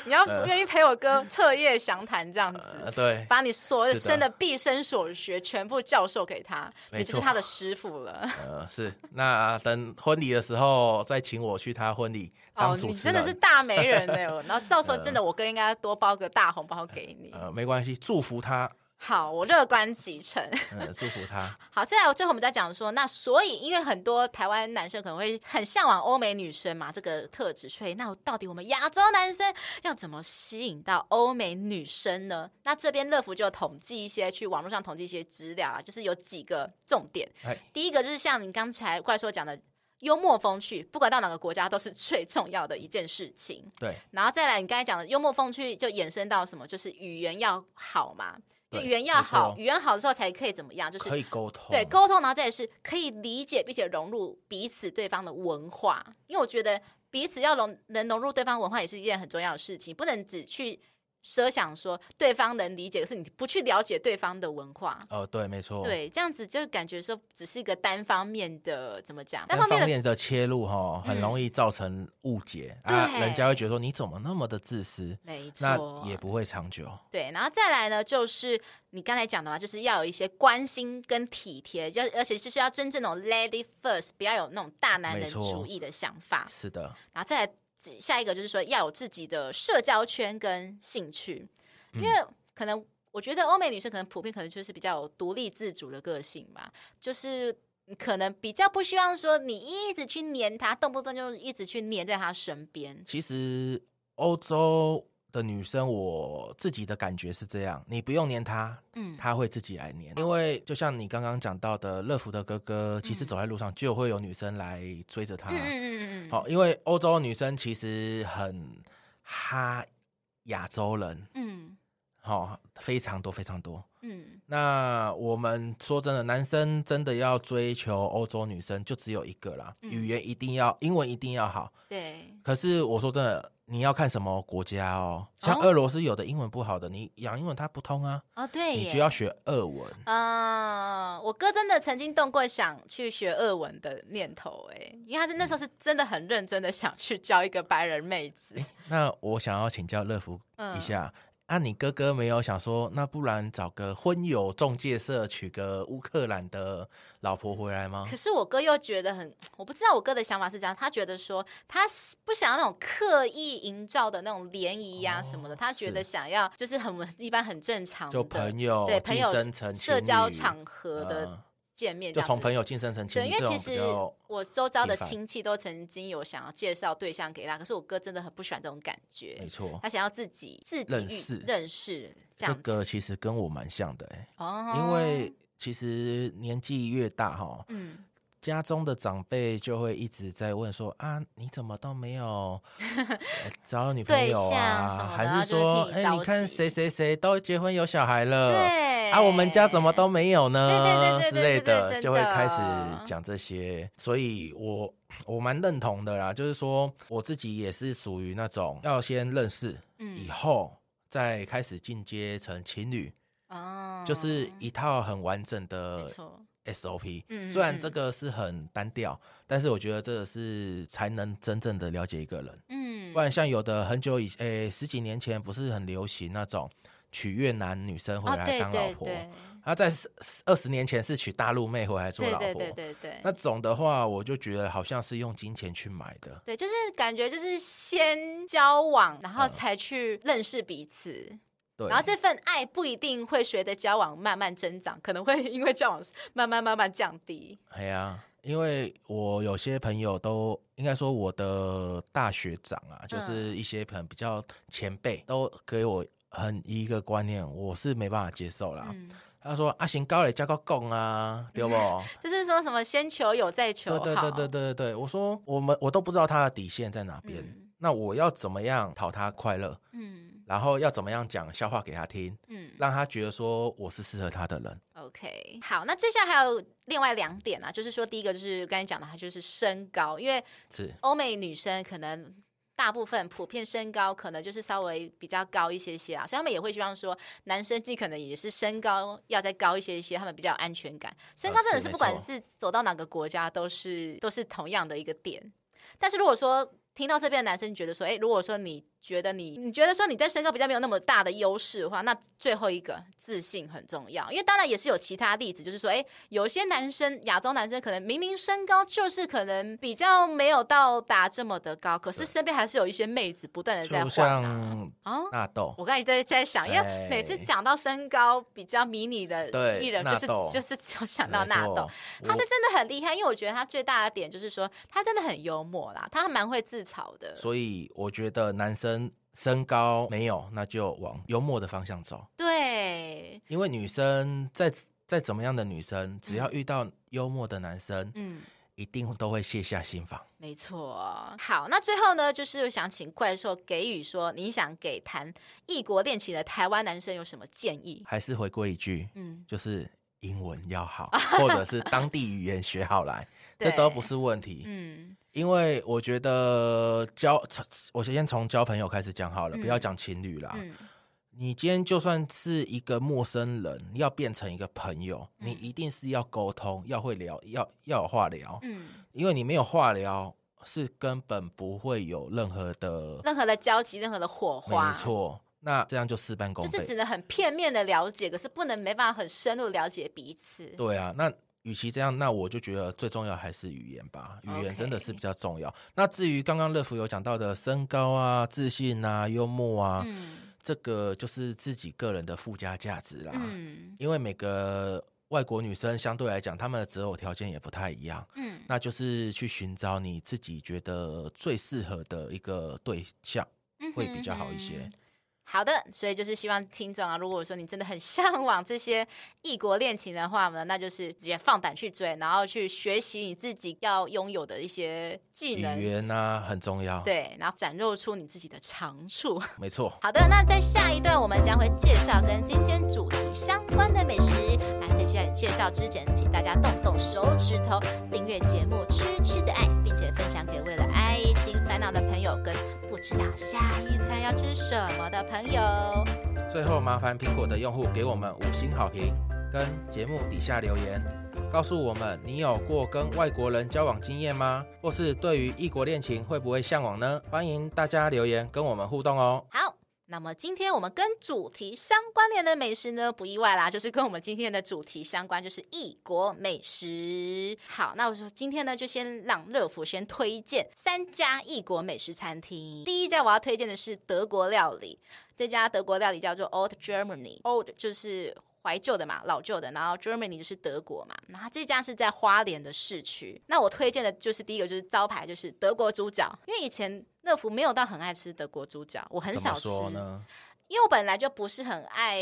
Speaker 2: 你要愿意陪我哥彻夜详谈这样子，
Speaker 1: 呃 对，
Speaker 2: 把你所
Speaker 1: 是的
Speaker 2: 生的毕生所学全部教授给他，
Speaker 1: 没
Speaker 2: 你就是
Speaker 1: 错
Speaker 2: 他的师傅了。
Speaker 1: 呃，是。那等婚礼的时候再请我去他婚礼
Speaker 2: 哦
Speaker 1: 当，主
Speaker 2: 你
Speaker 1: 持
Speaker 2: 真
Speaker 1: 人。
Speaker 2: 的是大媒人呢！ 然后到时候真的，我哥应该多包个大红包给你。
Speaker 1: 呃，没关系，祝福他，
Speaker 2: 好，我乐观其成。
Speaker 1: 呃，祝福他。
Speaker 2: 好，再来最后我们再讲说，那所以因为很多台湾男生可能会很向往欧美女生嘛这个特质，所以那到底我们亚洲男生要怎么吸引到欧美女生呢？那这边乐福就统计一些去网络上统计一些资料啊，就是有几个重点。
Speaker 1: 哎，
Speaker 2: 第一个就是像你刚才怪兽讲的幽默风趣，不管到哪个国家都是最重要的一件事情。
Speaker 1: 对，
Speaker 2: 然后再来，你刚才讲的幽默风趣就衍生到什么？就是语言要好嘛， 因为
Speaker 1: 对
Speaker 2: 语言要好，
Speaker 1: 没错
Speaker 2: 语言好之后才可以怎么样？就是
Speaker 1: 可以沟通。
Speaker 2: 对，沟通，然后再来是可以理解并且融入彼此对方的文化，因为我觉得彼此要融能融入对方文化也是一件很重要的事情，不能只去设想说对方能理解，可是你不去了解对方的文化。
Speaker 1: 呃，对，没错，，
Speaker 2: 对，这样子就感觉说只是一个单方面的，怎么讲？单
Speaker 1: 单
Speaker 2: 方
Speaker 1: 方
Speaker 2: 面的嗯
Speaker 1: 面的切入哈，很容易造成误解、啊，
Speaker 2: 对
Speaker 1: 人家会觉得说你怎么那么的自私，
Speaker 2: 没错
Speaker 1: 那，也不会长久。
Speaker 2: 对，然后再来呢，就是你刚才讲的嘛，就是要有一些关心跟体贴，就而且就是要真正那种 lady first，不要有那种大男人
Speaker 1: 没错
Speaker 2: 主义的想法。
Speaker 1: 是的，
Speaker 2: 然后再来下一个就是说要有自己的社交圈跟兴趣，因
Speaker 1: 嗯
Speaker 2: 为可能我觉得欧美女生可能普遍可能就是比较有独立自主的个性吧，就是。可能比较不希望说你一直去黏他，动不动就一直去黏在他身边。
Speaker 1: 其实欧洲的女生，我自己的感觉是这样，你不用黏她，
Speaker 2: 嗯
Speaker 1: 她会自己来黏。因为就像你刚刚讲到的，乐福的哥哥，其实走在路上就会有女生来追着他。
Speaker 2: 嗯嗯嗯嗯嗯，
Speaker 1: 啊好、因为欧洲女生其实很哈亚洲人，
Speaker 2: 嗯
Speaker 1: 好、非常多非常多。
Speaker 2: 嗯，
Speaker 1: 那我们说真的，男生真的要追求欧洲女生，就只有一个
Speaker 2: 嗯
Speaker 1: 啦，语言一定要，英文一定要好。
Speaker 2: 对，
Speaker 1: 可是我说真的，你要看什么国家哦，像
Speaker 2: 哦
Speaker 1: 俄罗斯有的英文不好的，你讲英文它不通啊，
Speaker 2: 哦对耶，
Speaker 1: 你就要学俄文。
Speaker 2: 嗯，我哥真的曾经动过想去学俄文的念头，哎，因为他
Speaker 1: 嗯
Speaker 2: 是那时候是真的很认真的想去交一个白人妹子，嗯
Speaker 1: 那我想要请教乐福一下。啊，你哥哥没有想说，那不然找个婚友中介社娶个乌克兰的老婆回来吗
Speaker 2: 可？是我哥又觉得很，我不知道我哥的想法是这样，他觉得说他是不想要那种刻意营造的那种联谊呀什么的，他觉得
Speaker 1: 哦是
Speaker 2: 想要就是很一般很正常的
Speaker 1: 就朋友
Speaker 2: 对朋
Speaker 1: 晋
Speaker 2: 友
Speaker 1: 升成
Speaker 2: 社
Speaker 1: 情
Speaker 2: 交
Speaker 1: 侣
Speaker 2: 场合的
Speaker 1: 嗯
Speaker 2: 见面
Speaker 1: 就
Speaker 2: 这样
Speaker 1: 从
Speaker 2: 子
Speaker 1: 朋友晋升成情
Speaker 2: 对，
Speaker 1: 侣
Speaker 2: 因为
Speaker 1: 这
Speaker 2: 其
Speaker 1: 种比
Speaker 2: 实
Speaker 1: 较
Speaker 2: 我周遭的
Speaker 1: 频繁
Speaker 2: 亲戚都曾经有想要介绍对象给他，可是我哥真的很不喜欢这种感觉
Speaker 1: 没，错。
Speaker 2: 他想要自己自己
Speaker 1: 认
Speaker 2: 遇
Speaker 1: 识
Speaker 2: 认识
Speaker 1: 这
Speaker 2: 这样子。
Speaker 1: 个其实跟我蛮像的、欸，
Speaker 2: 哦
Speaker 1: 因为其实年纪越大哈，
Speaker 2: 嗯，
Speaker 1: 家中的长辈就会一直在问说啊，你怎么都没 有呃找女朋友
Speaker 2: 对象什
Speaker 1: 啊？
Speaker 2: 么的
Speaker 1: 还是
Speaker 2: 然后
Speaker 1: 说
Speaker 2: 就，是替
Speaker 1: 哎、
Speaker 2: 你着急
Speaker 1: 你看谁谁谁都结婚有小孩了，
Speaker 2: 对
Speaker 1: 啊，我们家怎么都没有呢？
Speaker 2: 对对对对对
Speaker 1: 之类
Speaker 2: 对对对
Speaker 1: 的，就会
Speaker 2: 真的
Speaker 1: 开始讲这些。所以我我蛮认同的啦，就是说我自己也是属于那种要先认识，
Speaker 2: 嗯
Speaker 1: 以后再开始进阶成情侣，
Speaker 2: 哦，
Speaker 1: 就是一套很完整
Speaker 2: 没
Speaker 1: 的
Speaker 2: 错，
Speaker 1: SOP，
Speaker 2: 嗯
Speaker 1: 虽
Speaker 2: 嗯
Speaker 1: 然这个是很单调，但是我觉得这个是才能真正的了解一个人。
Speaker 2: 嗯
Speaker 1: 不然像有的很久以诶、十几年前不是很流行那种娶越南女生回
Speaker 2: 哦，
Speaker 1: 来
Speaker 2: 对
Speaker 1: 当老
Speaker 2: 对
Speaker 1: 婆，
Speaker 2: 对
Speaker 1: 他在二十年前是娶大陆妹回来做
Speaker 2: 对
Speaker 1: 老婆，
Speaker 2: 对对对对，
Speaker 1: 那种的话，我就觉得好像是用金钱去买的。
Speaker 2: 对就是感觉就是先交往，然后才去认识彼此。
Speaker 1: 嗯对，
Speaker 2: 然后这份爱不一定会随着交往慢慢增长，可能会 因为交往慢慢慢慢降低。
Speaker 1: 哎呀，因为我有些朋友都应该说我的大学长啊，
Speaker 2: 嗯
Speaker 1: 就是一些可能比较前辈，都给我很一个观念，我是没办法接受啦。
Speaker 2: 嗯，
Speaker 1: 他说：“啊阿行高磊加个供啊， 对不？”
Speaker 2: 就是说什么先求有再求
Speaker 1: 对
Speaker 2: 好，
Speaker 1: 对对对对对对，我说我们我都不知道他的底线在哪边，
Speaker 2: 嗯
Speaker 1: 那我要怎么样讨他快乐，
Speaker 2: 嗯
Speaker 1: 然后要怎么样讲笑话给他听，
Speaker 2: 嗯
Speaker 1: 让他觉得说我是适合他的人。
Speaker 2: ，OK，好，那接下来还有另外两点啊，就是说第一个就是刚才讲的，它就是身高，因为
Speaker 1: 是
Speaker 2: 欧美女生可能。大部分普遍身高可能就是稍微比较高一些些啊，所以他们也会希望说，男生尽可能也是身高要再高一些些，他们比较有安全感。身高真
Speaker 1: 哦
Speaker 2: 的
Speaker 1: 是
Speaker 2: 是
Speaker 1: 没
Speaker 2: 不管
Speaker 1: 错
Speaker 2: 是走到哪个国家都是都是同样的一个点。但是如果说听到这边的男生觉得说，诶，如果说你觉得你你觉得说你在身高比较没有那么大的优势的话，那最后一个自信很重要，因为当然也是有其他例子，就是说，诶，有些男生亚洲男生可能明明身高就是可能比较没有到达这么的高，可是身边还是有一些妹子不断的在
Speaker 1: 就
Speaker 2: 换啊。
Speaker 1: 像
Speaker 2: 哦
Speaker 1: 纳豆，
Speaker 2: 我刚才在在想，因为
Speaker 1: 哎
Speaker 2: 每次讲到身高比较迷你的
Speaker 1: 对
Speaker 2: 艺人，就
Speaker 1: 纳
Speaker 2: 是
Speaker 1: 豆
Speaker 2: 就是只有想到
Speaker 1: 没
Speaker 2: 纳
Speaker 1: 错
Speaker 2: 豆，他
Speaker 1: 我
Speaker 2: 是真的很厉害，因为我觉得他最大的点就是说，他真的很幽默啦，他蛮会自嘲的。
Speaker 1: 所以我觉得男生身高没有，那就往幽默的方向走。
Speaker 2: 对，
Speaker 1: 因为女生再再怎么样的女生，只要遇到幽默的男生，
Speaker 2: 嗯，
Speaker 1: 一定都会卸下心防。
Speaker 2: 没错。好，那最后呢，就是想请怪兽给予说，你想给谈异国恋情的台湾男生有什么建议？
Speaker 1: 还是回归一句，
Speaker 2: 嗯，
Speaker 1: 就是英文要 好，或者是当地语言学好来，这
Speaker 2: 对
Speaker 1: 都不是问题。
Speaker 2: 嗯
Speaker 1: 因为我觉得交，我先从交朋友开始讲好了，不要讲情侣啦。
Speaker 2: 嗯
Speaker 1: 你今天就算是一个陌生人，要变成一个朋友，
Speaker 2: 嗯
Speaker 1: 你一定是要沟通，要会聊，要要有话聊，
Speaker 2: 嗯，
Speaker 1: 因为你没有话聊，是根本不会有任何的
Speaker 2: 任何的交集，任何的火花，
Speaker 1: 没错。那这样就事半功
Speaker 2: 就
Speaker 1: 倍，
Speaker 2: 是只能很片面的了解，可是不能没办法很深入了解彼此。
Speaker 1: 对啊，那与其这样，那我就觉得最重要还是语言吧，语言真的是
Speaker 2: OK
Speaker 1: 比较重要。那至于刚刚乐福有讲到的身高啊、自信啊、幽默啊，
Speaker 2: 嗯
Speaker 1: 这个就是自己个人的附加价值啦。
Speaker 2: 嗯
Speaker 1: 因为每个外国女生相对来讲，她们的择偶条件也不太一样，
Speaker 2: 嗯，
Speaker 1: 那就是去寻找你自己觉得最适合的一个对象，
Speaker 2: 嗯
Speaker 1: 会比较好一些。
Speaker 2: 哼好的，所以就是希望听众啊，如果说你真的很向往这些异国恋情的话呢，那就是直接放胆去追，然后去学习你自己要拥有的一些技
Speaker 1: 语
Speaker 2: 能，
Speaker 1: 言啊很重要，
Speaker 2: 嗯对，然后展露出你自己的长处。
Speaker 1: 没错。
Speaker 2: 好的，那在下一段我们将会介绍跟今天主题相关的美食。那在介介绍之前，请大家动动手指头，订阅节目《吃吃的爱》，并且分享给为了爱情烦恼的朋友，跟不知道下一餐要吃什么的朋友。
Speaker 1: 最后，麻烦苹果的用户给我们五星好评，跟节目底下留言，告诉我们你有过跟外国人交往经验吗？或是对于异国恋情会不会向往呢？欢迎大家留言跟我们互动哦。
Speaker 2: 好，那么今天我们跟主题相关联的美食呢，不意外啦，就是跟我们今天的主题相关，就是异国美食。好，那我说今天呢，就先让乐福先推荐三家异国美食餐厅。第一家我要推荐的是德国料理，这家德国料理叫做 Old Germany，Old 就是。怀旧的嘛，老旧的，然后 Germany 就是德国嘛，然后这家是在花莲的市区。那我推荐的就是第一个就是招牌，就是德国猪脚，因为以前乐福没有到很爱吃德国猪脚，我很
Speaker 1: 怎
Speaker 2: 少
Speaker 1: 么
Speaker 2: 吃，
Speaker 1: 说呢？
Speaker 2: 因为我本来就不是很爱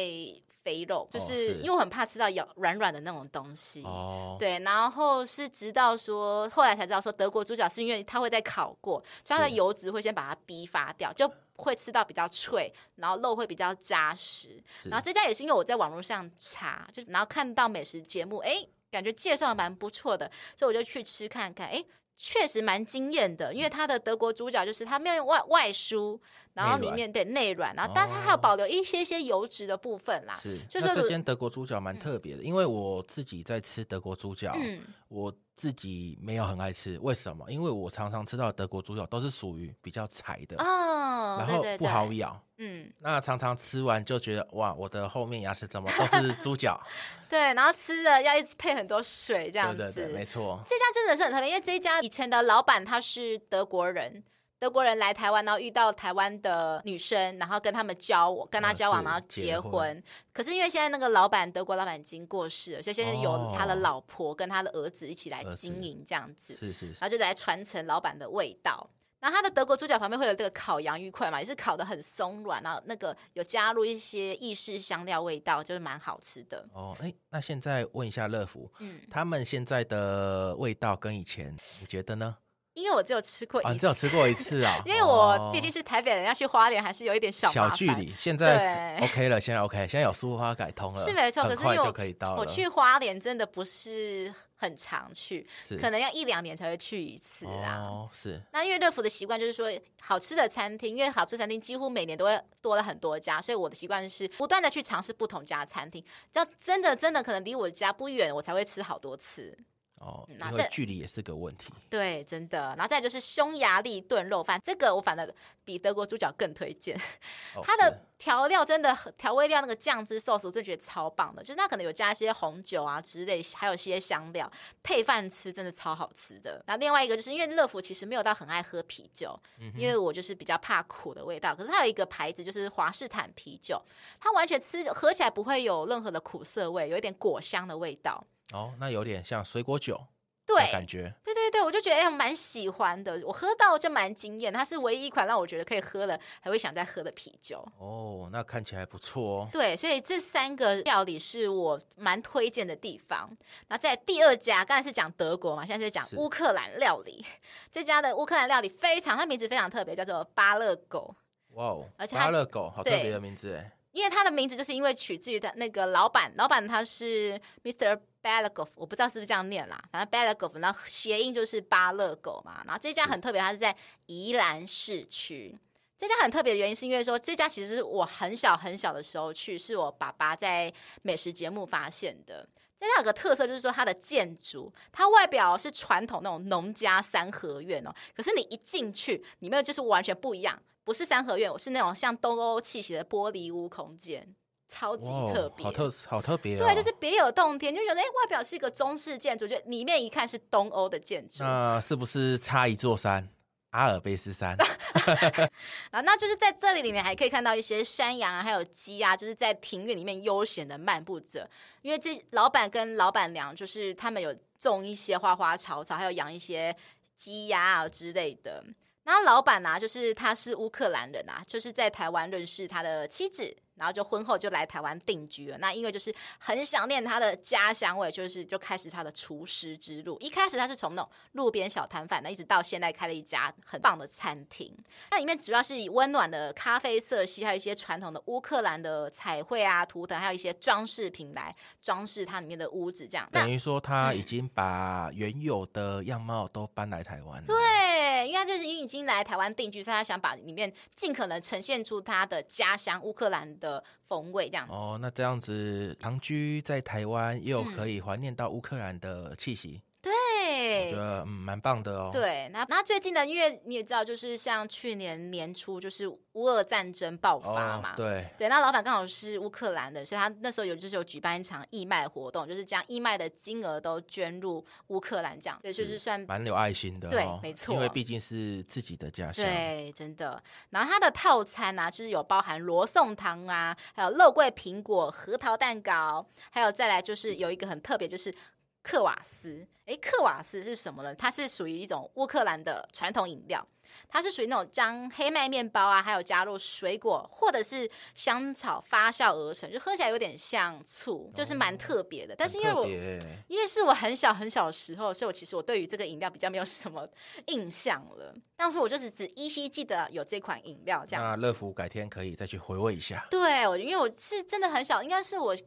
Speaker 2: 肥肉，就
Speaker 1: 哦
Speaker 2: 是
Speaker 1: 是
Speaker 2: 因为我很怕吃到咬软软的那种东西。
Speaker 1: 哦，
Speaker 2: 对，然后是直到说，后来才知道说，德国猪脚是因为它会在烤过，所以它的
Speaker 1: 是
Speaker 2: 油脂会先把它逼发掉，就会吃到比较脆，然后肉会比较扎实。
Speaker 1: 是
Speaker 2: 然后这家也是因为我在网络上查，就然后看到美食节目，诶，感觉介绍得蛮不错的，所以我就去吃看看，诶，确实蛮惊艳的，
Speaker 1: 嗯
Speaker 2: 因为它的德国猪脚就是它没有用外外酥，然后
Speaker 1: 内
Speaker 2: 里
Speaker 1: 软
Speaker 2: 面对内软，然后但它还有
Speaker 1: 哦
Speaker 2: 保留一些些油脂的部分啦。
Speaker 1: 是。
Speaker 2: 啊就是
Speaker 1: 那
Speaker 2: 如
Speaker 1: 这间德国猪脚蛮特别的，因为我自己在吃德国猪脚，
Speaker 2: 嗯，
Speaker 1: 我自己没有很爱吃，为什么？因为我常常吃到的德国猪脚都是属于比较柴的，
Speaker 2: 哦，
Speaker 1: 然
Speaker 2: 对
Speaker 1: 后
Speaker 2: 对
Speaker 1: 不
Speaker 2: 对，
Speaker 1: 好咬。
Speaker 2: 嗯，
Speaker 1: 那常常吃完就觉得哇，我的后面牙齿怎么 都是猪脚？
Speaker 2: 对，然后吃的要一直配很多水这样
Speaker 1: 对
Speaker 2: 子。
Speaker 1: 对对，没错，
Speaker 2: 这家真的是很特别，因为这一家以前的老板他是德国人。德国人来台湾，然后遇到台湾的女生，然后跟他们交往，跟他
Speaker 1: 啊
Speaker 2: 交往，
Speaker 1: 是
Speaker 2: 然后
Speaker 1: 结
Speaker 2: 结
Speaker 1: 婚
Speaker 2: 婚。可是因为现在那个老板，德国老板已经过世了，所以现在有
Speaker 1: 哦
Speaker 2: 他的老婆跟他的儿子一起来
Speaker 1: 儿子
Speaker 2: 经营这样子。
Speaker 1: 是是是，
Speaker 2: 然后就来传承老板的味道。然后它的德国猪脚旁边会有这个烤洋芋块嘛，也是烤的很松软，然后那个有加入一些意式香料味道，就是蛮好吃的。
Speaker 1: 哦，哎，那现在问一下乐福，
Speaker 2: 嗯，
Speaker 1: 他们现在的味道跟以前你觉得呢？
Speaker 2: 因为我只有吃过
Speaker 1: 啊，你
Speaker 2: 一次，，
Speaker 1: 只有吃过一次啊
Speaker 2: 因为我
Speaker 1: 哦
Speaker 2: 毕竟是台北人，要去花莲还是有一点小麻
Speaker 1: 小
Speaker 2: 烦
Speaker 1: 距离，现在 OK 了，现在 OK，现在有苏花改通了，
Speaker 2: 是没错。可
Speaker 1: 很
Speaker 2: 是因
Speaker 1: 快
Speaker 2: 为
Speaker 1: 就
Speaker 2: 我
Speaker 1: 可以到了。
Speaker 2: 我去花莲真的不是很常去，
Speaker 1: 是
Speaker 2: 可能要一两年才会去一次啊。
Speaker 1: 哦，是
Speaker 2: 那因为乐福的习惯就是说，好吃的餐厅，因为好吃餐厅几乎每年都会多了很多家，所以我的习惯是不断的去尝试不同家餐厅。只要真的真的可能离我家不远，我才会吃好多次。
Speaker 1: 哦，
Speaker 2: 嗯那
Speaker 1: 因
Speaker 2: 再
Speaker 1: 为距离也是个问题。
Speaker 2: 对，真的。然后再来就是匈牙利炖肉饭，这个我反而比德国猪脚更推荐。
Speaker 1: 哦
Speaker 2: 它的调料真的很调味料那个酱汁 sauce 我真的觉得超棒的，就是它可能有加一些红酒啊之类，还有一些香料配饭吃，真的超好吃的。然后另外一个就是因为乐福其实没有到很爱喝啤酒，
Speaker 1: 嗯
Speaker 2: 因为我就是比较怕苦的味道。可是它有一个牌子就是华士坦啤酒，它完全吃喝起来不会有任何的苦涩味，有一点果香的味道。
Speaker 1: 是哦，那有点像水果酒的
Speaker 2: 对，
Speaker 1: 感觉，
Speaker 2: 对对对，我就觉得哎，蛮喜欢的。我喝到就蛮惊艳，它是唯一一款让我觉得可以喝了还会想再喝的啤酒。
Speaker 1: 哦，那看起来不错哦。
Speaker 2: 对，所以这三个料理是我蛮推荐的地方。那在第二家，刚才是讲德国嘛，现在是讲
Speaker 1: 是
Speaker 2: 乌克兰料理。这家的乌克兰料理非常，它名字非常特别，叫做巴勒狗。
Speaker 1: 哇哦，
Speaker 2: 而且它
Speaker 1: 巴勒狗好特
Speaker 2: 对
Speaker 1: 别的名字哎，
Speaker 2: 因为它的名字就是因为取自于它那个老板，老板他是 Mr. Balagov，我不知道是不是这样念啦，反正 Balagov，然后谐音就是巴勒狗嘛。然后这家很特别，它是在宜兰市区。这家很特别的原因是因为说，这家其实是我很小很小的时候去，是我爸爸在美食节目发现的。这家有个特色就是说，它的建筑，它外表是传统那种农家三合院哦，可是你一进去，里面就是完全不一样，不是三合院，我是那种像东欧气息的玻璃屋空间，超级
Speaker 1: 哇
Speaker 2: 特
Speaker 1: 哦，
Speaker 2: 别，
Speaker 1: 好特好特别、哦，
Speaker 2: 对，啊就是别有洞天，就觉得哎、诶外表是一个中式建筑，就里面一看是东欧的建筑，
Speaker 1: 那是不是差一座山？阿尔卑斯 山，
Speaker 2: 啊，那就是在这里里面还可以看到一些山羊啊，还有鸡啊，就是在庭院里面悠闲的漫步着。因为这老板跟老板娘就是他们有种一些花花草草，还有养一些鸡鸭啊之类的。然后老板呢、啊就是他是乌克兰人啊，就是在台湾认识他的妻子，然后就婚后就来台湾定居了。那因为就是很想念他的家乡味，就是就开始他的厨师之路。一开始他是从那种路边小摊贩，那一直到现在开了一家很棒的餐厅。那里面主要是以温暖的咖啡色系，还有一些传统的乌克兰的彩绘啊、图腾，还有一些装饰品来装饰它里面的屋子这样。那
Speaker 1: 等于说他已经把原有的样貌都搬来台湾了。
Speaker 2: 对，因为他就是因为已经来台湾定居，所以他想把里面尽可能呈现出他的家乡乌克兰的风味这样子。
Speaker 1: 哦，那这样子长居在台湾，又
Speaker 2: 嗯
Speaker 1: 可以怀念到乌克兰的气息，我
Speaker 2: 对
Speaker 1: 觉。得嗯蛮棒的哦。，
Speaker 2: 对，那那最近的，因为你也知道，就是像去年年初，就是乌俄战争爆发
Speaker 1: 哦
Speaker 2: 嘛，，
Speaker 1: 对，
Speaker 2: 对，那老板刚好是乌克兰的，所以他那时候有就是有举办一场义卖活动，就是将义卖的金额都捐入乌克兰这样，对，就是算。
Speaker 1: 蛮有爱心的、哦。
Speaker 2: 嗯对没错
Speaker 1: 因为毕竟是自己的家乡。
Speaker 2: 对，真的。然后它的套餐啊，就是有包含罗宋汤啊，还有肉桂苹果、核桃蛋糕，还有再来就是有一个很特别，就是克瓦斯。诶，克瓦斯是什么呢？它是属于一种乌克兰的传统饮料，它是属于那种将黑麦面包啊，还有加入水果或者是香草发酵而成，就喝起来有点像醋，就是蛮特别的。但是因为
Speaker 1: 哦很特
Speaker 2: 我
Speaker 1: 别耶
Speaker 2: 因为是我很小很小的时候，所以我其实我对于这个饮料比较没有什么 印象了。当时我就是只依稀记得有这款饮料这样。
Speaker 1: 那乐福改天可以再去回味一下。
Speaker 2: 对，我因为我是真的很小，应该是我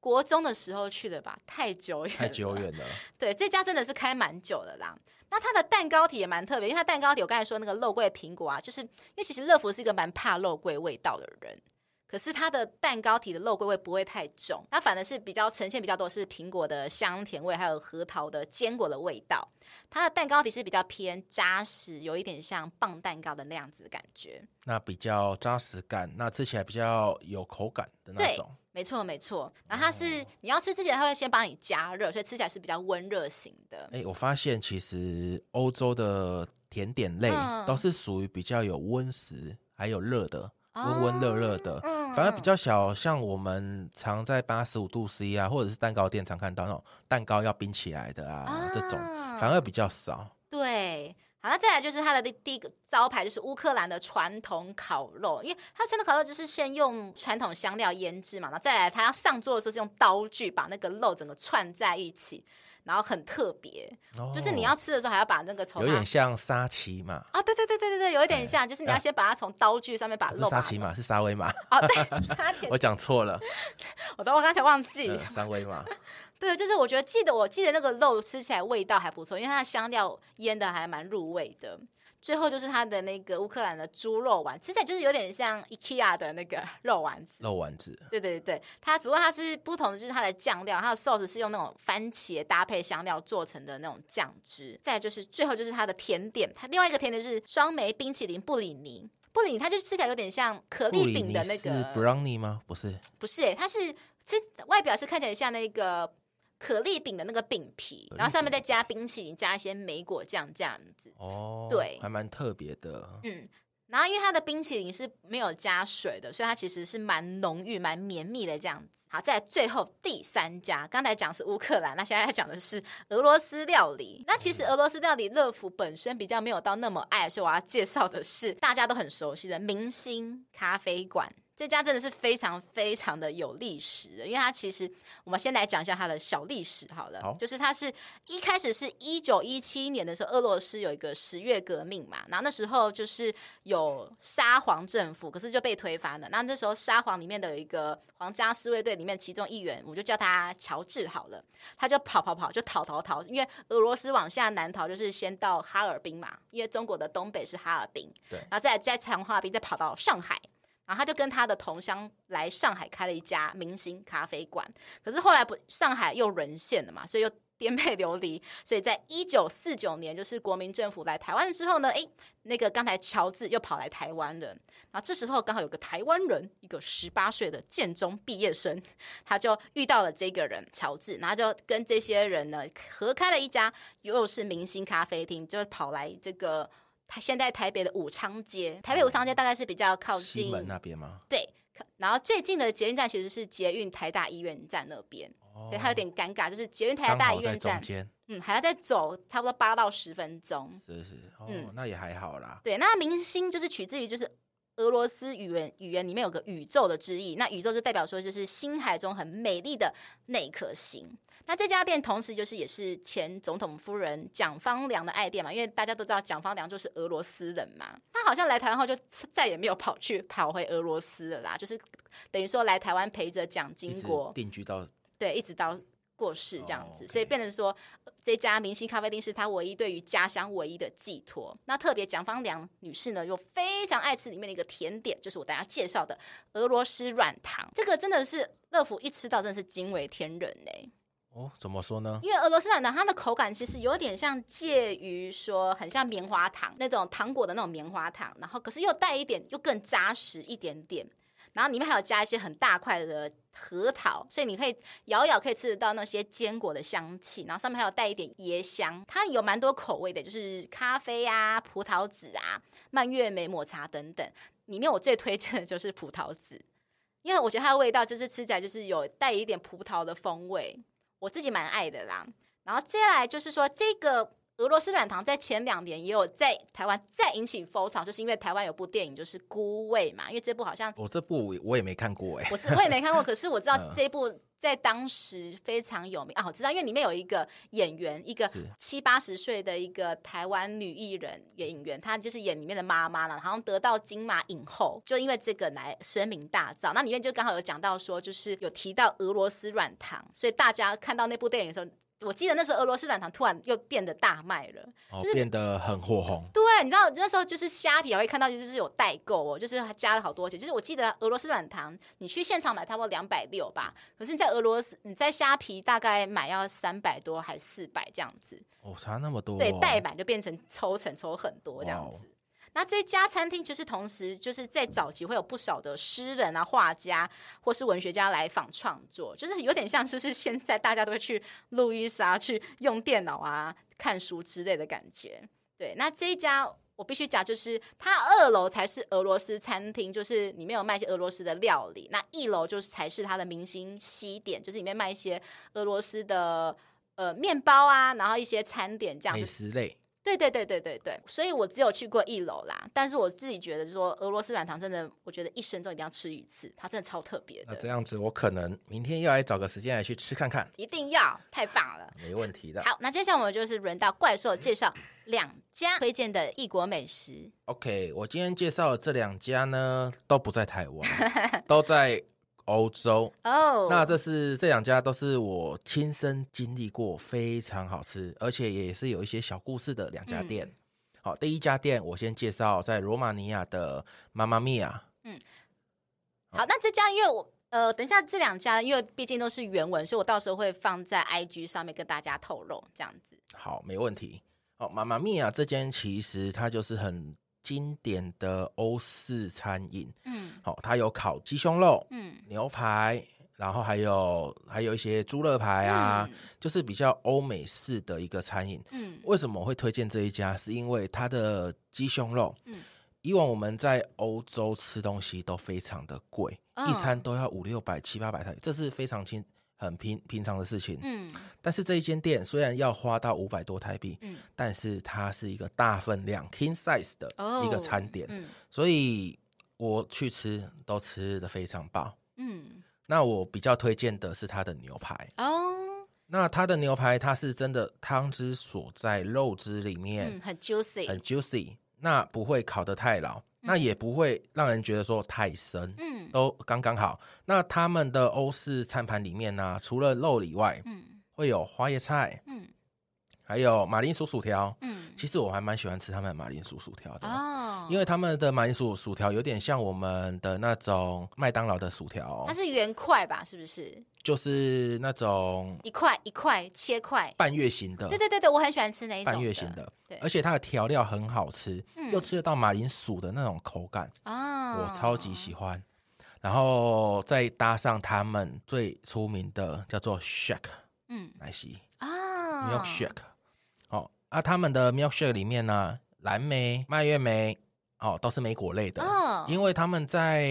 Speaker 2: 国中的时候去的吧，太久远，
Speaker 1: 太久。远 了，
Speaker 2: 对，这家真的是开蛮久的啦。那它的蛋糕体也蛮特别，因为它蛋糕体我刚才说那个肉桂苹果啊，就是因为其实乐福是一个蛮怕肉桂味道的人，可是它的蛋糕体的肉桂味不会太重，它反而是比较呈现比较多是苹果的香甜味，还有核桃的坚果的味道。它的蛋糕体是比较偏扎实，有一点像棒蛋糕的那样子的感觉。
Speaker 1: 那比较扎实感，那吃起来比较有口感的那
Speaker 2: 对
Speaker 1: 种。
Speaker 2: 没错，没错。然后它
Speaker 1: 哦
Speaker 2: 是、你要吃之前，它会先帮你加热，所以吃起来是比较温热型的。
Speaker 1: 哎、我发现其实欧洲的甜点类
Speaker 2: 嗯
Speaker 1: 都是属于比较有温食，还有热的，温温热热的。
Speaker 2: 哦嗯
Speaker 1: 反而比较小，像我们常在八十五度 C 啊，或者是蛋糕店常看到那种蛋糕要冰起来的啊，这种
Speaker 2: 啊
Speaker 1: 反而比较少。
Speaker 2: 对，好，那再来就是它的第第一个招牌就是乌克兰的传统烤肉，因为它传统烤肉就是先用传统香料腌制嘛，然后再来它要上桌的时候是用刀具把那个肉整个串在一起，然后很特别，就是你要
Speaker 1: 哦
Speaker 2: 吃的时候还要把那个从
Speaker 1: 有
Speaker 2: 它
Speaker 1: 点像沙琪玛，
Speaker 2: 啊，对对对对对对，有一点像，就是你要
Speaker 1: 啊
Speaker 2: 先把它从刀具上面把
Speaker 1: 不
Speaker 2: 肉
Speaker 1: 是
Speaker 2: 把
Speaker 1: 沙
Speaker 2: 它
Speaker 1: 琪玛，是沙威玛，
Speaker 2: 啊，对， 差点
Speaker 1: 我讲错了，
Speaker 2: 我都我刚才忘记，
Speaker 1: 嗯沙威玛。
Speaker 2: 对，就是我觉得记得我记得那个肉吃起来味道还不错，因为它的香料腌的还蛮入味的。最后就是它的那个乌克兰的猪肉丸，吃起来就是有点像 IKEA 的那 个肉丸子。
Speaker 1: 肉丸子，
Speaker 2: 对对对，它只不过它是不同的，就是它的酱料，它的 sauce 是用那种番茄搭配香料做成的那种酱汁。再来就是最后就是它的甜点，它另外一个甜点是双莓冰淇淋布里尼。布里尼它就是吃起来有点像可
Speaker 1: 布
Speaker 2: 丽
Speaker 1: 里
Speaker 2: 饼
Speaker 1: 尼
Speaker 2: 的那
Speaker 1: 是
Speaker 2: 个
Speaker 1: brownie 吗？不是，
Speaker 2: 不是、欸，它是其实外表是看起来像那个可丽饼的那个饼皮，
Speaker 1: 可丽
Speaker 2: 然后上面再加冰淇淋，加一些莓果酱这样子。
Speaker 1: 哦，
Speaker 2: 对
Speaker 1: 还蛮特别的。
Speaker 2: 嗯，然后因为它的冰淇淋是没有加水的，所以它其实是蛮浓郁、蛮绵密的这样子。好，在最后第三家，刚才讲是乌克兰，那现在要讲的是俄罗斯料理。那其实俄罗斯料理乐福本身比较没有到那么爱，所以我要介绍的是大家都很熟悉的明星咖啡馆。这这家真的是非常非常的有历史的，因为它其实我们先来讲一下它的小历史好了，
Speaker 1: 好
Speaker 2: 就是它是一开始是一九一七年的时候，俄罗斯有一个十月革命嘛，然后那时候就是有沙皇政府，可是就被推翻了。那那时候沙皇里面的有一个皇家侍卫队里面其中一员，我就叫他乔治好了，他就跑跑跑就逃逃逃，因为俄罗斯往下南逃就是先到哈尔滨嘛，因为中国的东北是哈尔滨，
Speaker 1: 对
Speaker 2: 然后再来再从哈尔滨再跑到上海。然后他就跟他的同乡来上海开了一家明星咖啡馆，可是后来不上海又沦陷了嘛，所以又颠沛流离，所以在一九四九年，就是国民政府来台湾了之后呢，诶，那个刚才乔治又跑来台湾了，然后这时候刚好有个台湾人，一个十八岁的建中毕业生，他就遇到了这个人乔治，然后就跟这些人呢合开了一家又是明星咖啡厅，就跑来这个。他现在台北的武昌街，台北武昌街大概是比较靠近
Speaker 1: 西门啊那边吗？
Speaker 2: 对，可然后最近的捷运站其实是捷运台大医院站那边，对，它有点尴尬，就是捷运台
Speaker 1: 哦刚
Speaker 2: 大医
Speaker 1: 好在
Speaker 2: 院
Speaker 1: 中
Speaker 2: 站，
Speaker 1: 间，
Speaker 2: 嗯，还要再走差不多八到十分钟。
Speaker 1: 是是哦
Speaker 2: 嗯，
Speaker 1: 那也还好啦。
Speaker 2: 对，那明星就是取自于就是俄罗斯语言语言里面有个宇宙的之意，那宇宙就代表说就是星海中很美丽的那一颗星。那这家店同时就是也是前总统夫人蒋方良的爱店嘛，因为大家都知道蒋方良就是俄罗斯人嘛，他好像来台湾后就再也没有跑去跑回俄罗斯了啦，就是等于说来台湾陪着蒋
Speaker 1: 一
Speaker 2: 经
Speaker 1: 直
Speaker 2: 国，
Speaker 1: 定居到
Speaker 2: 对，一直到过世这样
Speaker 1: 哦
Speaker 2: 子，
Speaker 1: ，OK
Speaker 2: 所以变成说呃这家明星咖啡店是他唯一对于家乡唯一的寄托。那特别蒋方良女士呢，又非常爱吃里面的一个甜点，就是我大家介绍的俄罗斯软糖，这个真的是乐福一吃到真的是惊为天人欸嘞、
Speaker 1: 哦，怎么说呢？
Speaker 2: 因为俄罗斯软糖它的口感其实有点像介于说很像棉花糖那种糖果的那种棉花糖，然后可是又带一点又更扎实一点点，然后里面还有加一些很大块的核桃，所以你可以咬咬可以吃得到那些坚果的香气，然后上面还有带一点椰香，它有蛮多口味的，就是咖啡啊、葡萄籽啊、蔓越莓、抹茶等等。里面我最推荐的就是葡萄籽，因为我觉得它的味道就是吃起来就是有带一点葡萄的风味，我自己蛮爱的啦。然后接下来就是说，这个俄罗斯软糖在前两年也有在台湾再引起风潮，就是因为台湾有部电影就是《孤味》嘛，因为这部好像
Speaker 1: 我这部我也我也没看 过哎，
Speaker 2: 我知我也没看过，可是我知道这部在当时非常有名啊，我知道，因为里面有一个演员，一个
Speaker 1: 是
Speaker 2: 七八十岁的一个台湾女艺人演员，她就是演里面的妈妈了，好像得到金马影后，就因为这个来声名大噪。那里面就刚好有讲到说，就是有提到俄罗斯软糖，所以大家看到那部电影的时候。我记得那时候俄罗斯软糖突然又变得大卖了，
Speaker 1: 哦
Speaker 2: 就是，
Speaker 1: 变得很火红。
Speaker 2: 对，你知道那时候就是虾皮还会看到，就是有代购哦，就是它加了好多钱。就是我记得俄罗斯软糖，你去现场买差不多两百六吧，可是你在俄罗斯，你在虾皮大概买要三百多还四百这样子。
Speaker 1: 哦，差那么多、哦，
Speaker 2: 对，代买就变成抽成抽很多这样
Speaker 1: 哇哦
Speaker 2: 子。那这家餐厅就是同时就是在早期会有不少的诗人啊、画家或是文学家来访创作，就是有点像就是现在大家都会去路易莎去用电脑啊、看书之类的感觉。对，那这一家我必须讲，就是它二楼才是俄罗斯餐厅，就是里面有卖一些俄罗斯的料理；那一楼就是才是它的明星西点，就是里面卖一些俄罗斯的呃面包啊，然后一些餐点这样
Speaker 1: 美
Speaker 2: 子。
Speaker 1: 食类
Speaker 2: 对对对对对对，所以我只有去过一楼啦，但是我自己觉得说俄罗斯软糖真的，我觉得一生中一定要吃一次，它真的超特别
Speaker 1: 那
Speaker 2: 的，
Speaker 1: 这样子，我可能明天要来找个时间来去吃看看，
Speaker 2: 一定要，太棒 了。
Speaker 1: 没问题的。
Speaker 2: 好，那接下来我们就是轮到怪兽介绍两家推荐的异国美食，
Speaker 1: OK，我今天介绍的这两家呢，都不在台湾， 都在欧洲。
Speaker 2: 哦、
Speaker 1: 那这是这两家都是我亲身经历过，非常好吃，而且也是有一些小故事的两家
Speaker 2: 嗯
Speaker 1: 店。好，第一家店我先介绍在罗马尼亚的妈妈咪呀，
Speaker 2: 好，那这家因为我呃，等一下这两家，因为毕竟都是原文，所以我到时候会放在 IG 上面跟大家透露这样子。
Speaker 1: 好，没问题。哦，妈妈咪呀这间其实它就是很经典的欧式餐饮。
Speaker 2: 嗯
Speaker 1: 好、它有烤鸡胸肉、
Speaker 2: 嗯，
Speaker 1: 牛排，然后还有还有一些猪肋排啊，就是比较欧美式的一个餐饮。
Speaker 2: 嗯
Speaker 1: 为什么我会推荐这一家？是因为它的鸡胸肉，
Speaker 2: 嗯
Speaker 1: 以往我们在欧洲吃东西都非常的贵，
Speaker 2: 嗯
Speaker 1: 一餐都要五六百、七八百台币，这是非常轻。很平平常的事情，
Speaker 2: 嗯
Speaker 1: 但是这一间店虽然要花到五百多台币，
Speaker 2: 嗯
Speaker 1: 但是它是一个大分量 king size 的
Speaker 2: 哦
Speaker 1: 一个餐点，
Speaker 2: 嗯
Speaker 1: 所以我去吃都吃的非常棒。
Speaker 2: 嗯，
Speaker 1: 那我比较推荐的是它的牛排。
Speaker 2: 哦，
Speaker 1: 那它的牛排，它是真的汤汁所在肉汁里面
Speaker 2: 嗯，很 juicy，
Speaker 1: 很 juicy，那不会烤得太老，那也不会让人觉得说太生，
Speaker 2: 嗯
Speaker 1: 都刚刚好。那他们的欧式餐盘里面呢、除了肉以外，
Speaker 2: 嗯
Speaker 1: 会有花椰菜，
Speaker 2: 嗯
Speaker 1: 还有马铃薯薯条。
Speaker 2: 嗯，
Speaker 1: 其实我还蛮喜欢吃他们的马铃薯薯条的。
Speaker 2: 哦，
Speaker 1: 因为他们的马铃薯薯条有点像我们的那种麦当劳的薯条
Speaker 2: 它，是圆块吧？是不是
Speaker 1: 就是那种
Speaker 2: 一块一块切块？
Speaker 1: 半月形的
Speaker 2: 对，对对对，我很喜欢吃那一种
Speaker 1: 半月形的
Speaker 2: 对，
Speaker 1: 而且它的调料很好吃，
Speaker 2: 嗯
Speaker 1: 又吃得到马铃薯的那种口感，
Speaker 2: 啊，
Speaker 1: 我超级喜欢。然后再搭上他们最出名的叫做 shake
Speaker 2: 嗯
Speaker 1: 奶昔
Speaker 2: 啊
Speaker 1: milk shake，哦啊，他们的 milk shake 里面呢，蓝莓、蔓越莓哦都是莓果类的，
Speaker 2: 哦
Speaker 1: 因为他们在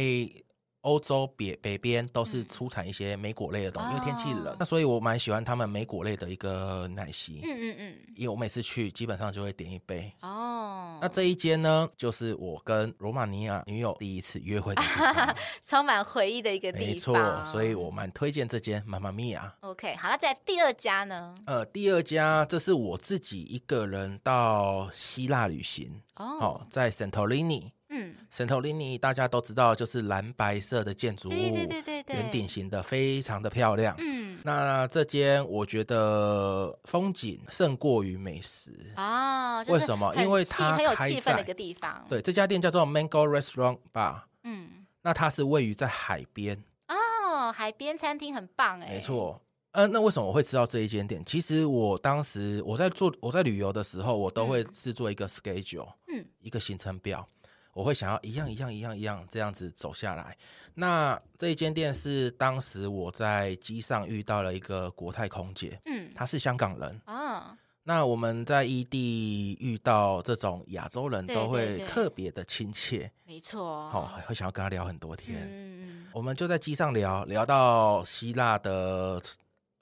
Speaker 1: 欧洲北北边都是出产一些莓果类的东西，因为天气冷
Speaker 2: 嗯哦，
Speaker 1: 那所以我蛮喜欢他们莓果类的一个奶昔，
Speaker 2: 嗯嗯嗯，
Speaker 1: 因为我每次去基本上就会点一杯。
Speaker 2: 哦，
Speaker 1: 那这一间呢，就是我跟罗马尼亚女友第一次约会的地 方，
Speaker 2: 充满回忆的一个
Speaker 1: 没
Speaker 2: 地
Speaker 1: 错
Speaker 2: 方，，
Speaker 1: 所以我蛮推荐这间妈妈咪呀。
Speaker 2: OK，好，那在第二家呢？
Speaker 1: 呃，第二家这是我自己一个人到希腊旅行，
Speaker 2: 哦，
Speaker 1: 哦，在 Santorini。
Speaker 2: 嗯，
Speaker 1: Santorini 大家都知道，就是蓝白色的建筑物，
Speaker 2: 对对对对对，
Speaker 1: 圆顶，型的，非常的漂亮。
Speaker 2: 嗯
Speaker 1: 那这间我觉得风景胜过于美食。
Speaker 2: 哦，就是
Speaker 1: 为什么
Speaker 2: 很
Speaker 1: 因为
Speaker 2: 气
Speaker 1: 它
Speaker 2: 很有
Speaker 1: 开
Speaker 2: 气氛的
Speaker 1: 在
Speaker 2: 一个地方，，
Speaker 1: 对，这家店叫做 Mango Restaurant Bar，
Speaker 2: 嗯，
Speaker 1: 那它是位于在海边，
Speaker 2: 哦，海边餐厅很棒哎，
Speaker 1: 没，错。嗯、那为什么我会知道这一间店？其实我当时我在做我在旅游的时候，我都会制作一个 schedule，
Speaker 2: 嗯，
Speaker 1: 一个行程表，我会想要一样一样一样一样这样子走下来。那这一间店是当时我在机上遇到了一个国泰空姐，
Speaker 2: 嗯，
Speaker 1: 她是香港人，
Speaker 2: 哦，
Speaker 1: 那我们在异地遇到这种亚洲人
Speaker 2: 对
Speaker 1: 都
Speaker 2: 对
Speaker 1: 会
Speaker 2: 对
Speaker 1: 特别的亲切，
Speaker 2: 没错，
Speaker 1: 好、会想要跟他聊很多天。
Speaker 2: 嗯，嗯
Speaker 1: 我们就在机上聊聊到希腊的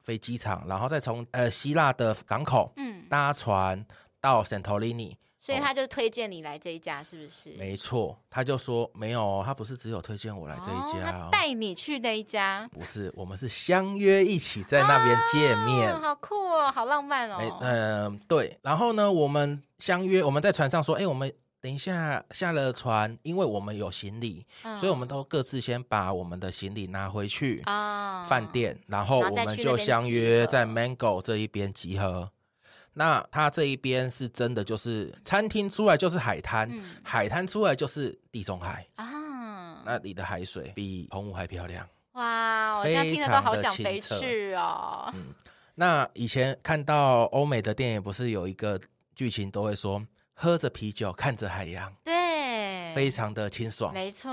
Speaker 1: 飞机场，然后再从呃希腊的港口
Speaker 2: 嗯，嗯
Speaker 1: 搭船到 Santorini。
Speaker 2: 所以他就推荐你来这一家，是不是？
Speaker 1: 没错，他就说没有哦，他不是只有推荐我来这一
Speaker 2: 哦
Speaker 1: 家、
Speaker 2: 他
Speaker 1: 哦，
Speaker 2: 带你去那一家，
Speaker 1: 不是，我们是相约一起在那边见面。
Speaker 2: 哦好酷哦，好浪漫
Speaker 1: 哎，
Speaker 2: 哦，
Speaker 1: 嗯、对。然后呢，我们相约，我们在船上说，哎、我们等一下下了船，因为我们有行李，
Speaker 2: 嗯
Speaker 1: 所以我们都各自先把我们的行李拿回去
Speaker 2: 啊
Speaker 1: 饭，店，然后
Speaker 2: 然后
Speaker 1: 我
Speaker 2: 再
Speaker 1: 们
Speaker 2: 去
Speaker 1: 就
Speaker 2: 那边
Speaker 1: 相
Speaker 2: 集
Speaker 1: 约在
Speaker 2: 合
Speaker 1: Mango 这一边集合。那他这一边是真的，就是餐厅出来就是海滩，
Speaker 2: 嗯
Speaker 1: 海滩出来就是地中海，
Speaker 2: 啊，
Speaker 1: 那里的海水比澎湖还漂亮。
Speaker 2: 哇，我现在听
Speaker 1: 非
Speaker 2: 了都
Speaker 1: 常
Speaker 2: 好
Speaker 1: 地嗯
Speaker 2: 想
Speaker 1: 清
Speaker 2: 飞
Speaker 1: 澈
Speaker 2: 去哦。
Speaker 1: 那以前看到欧美的电影，不是有一个剧情都会说，喝着啤酒，看着海洋，
Speaker 2: 对，
Speaker 1: 非常的清爽。
Speaker 2: 没错。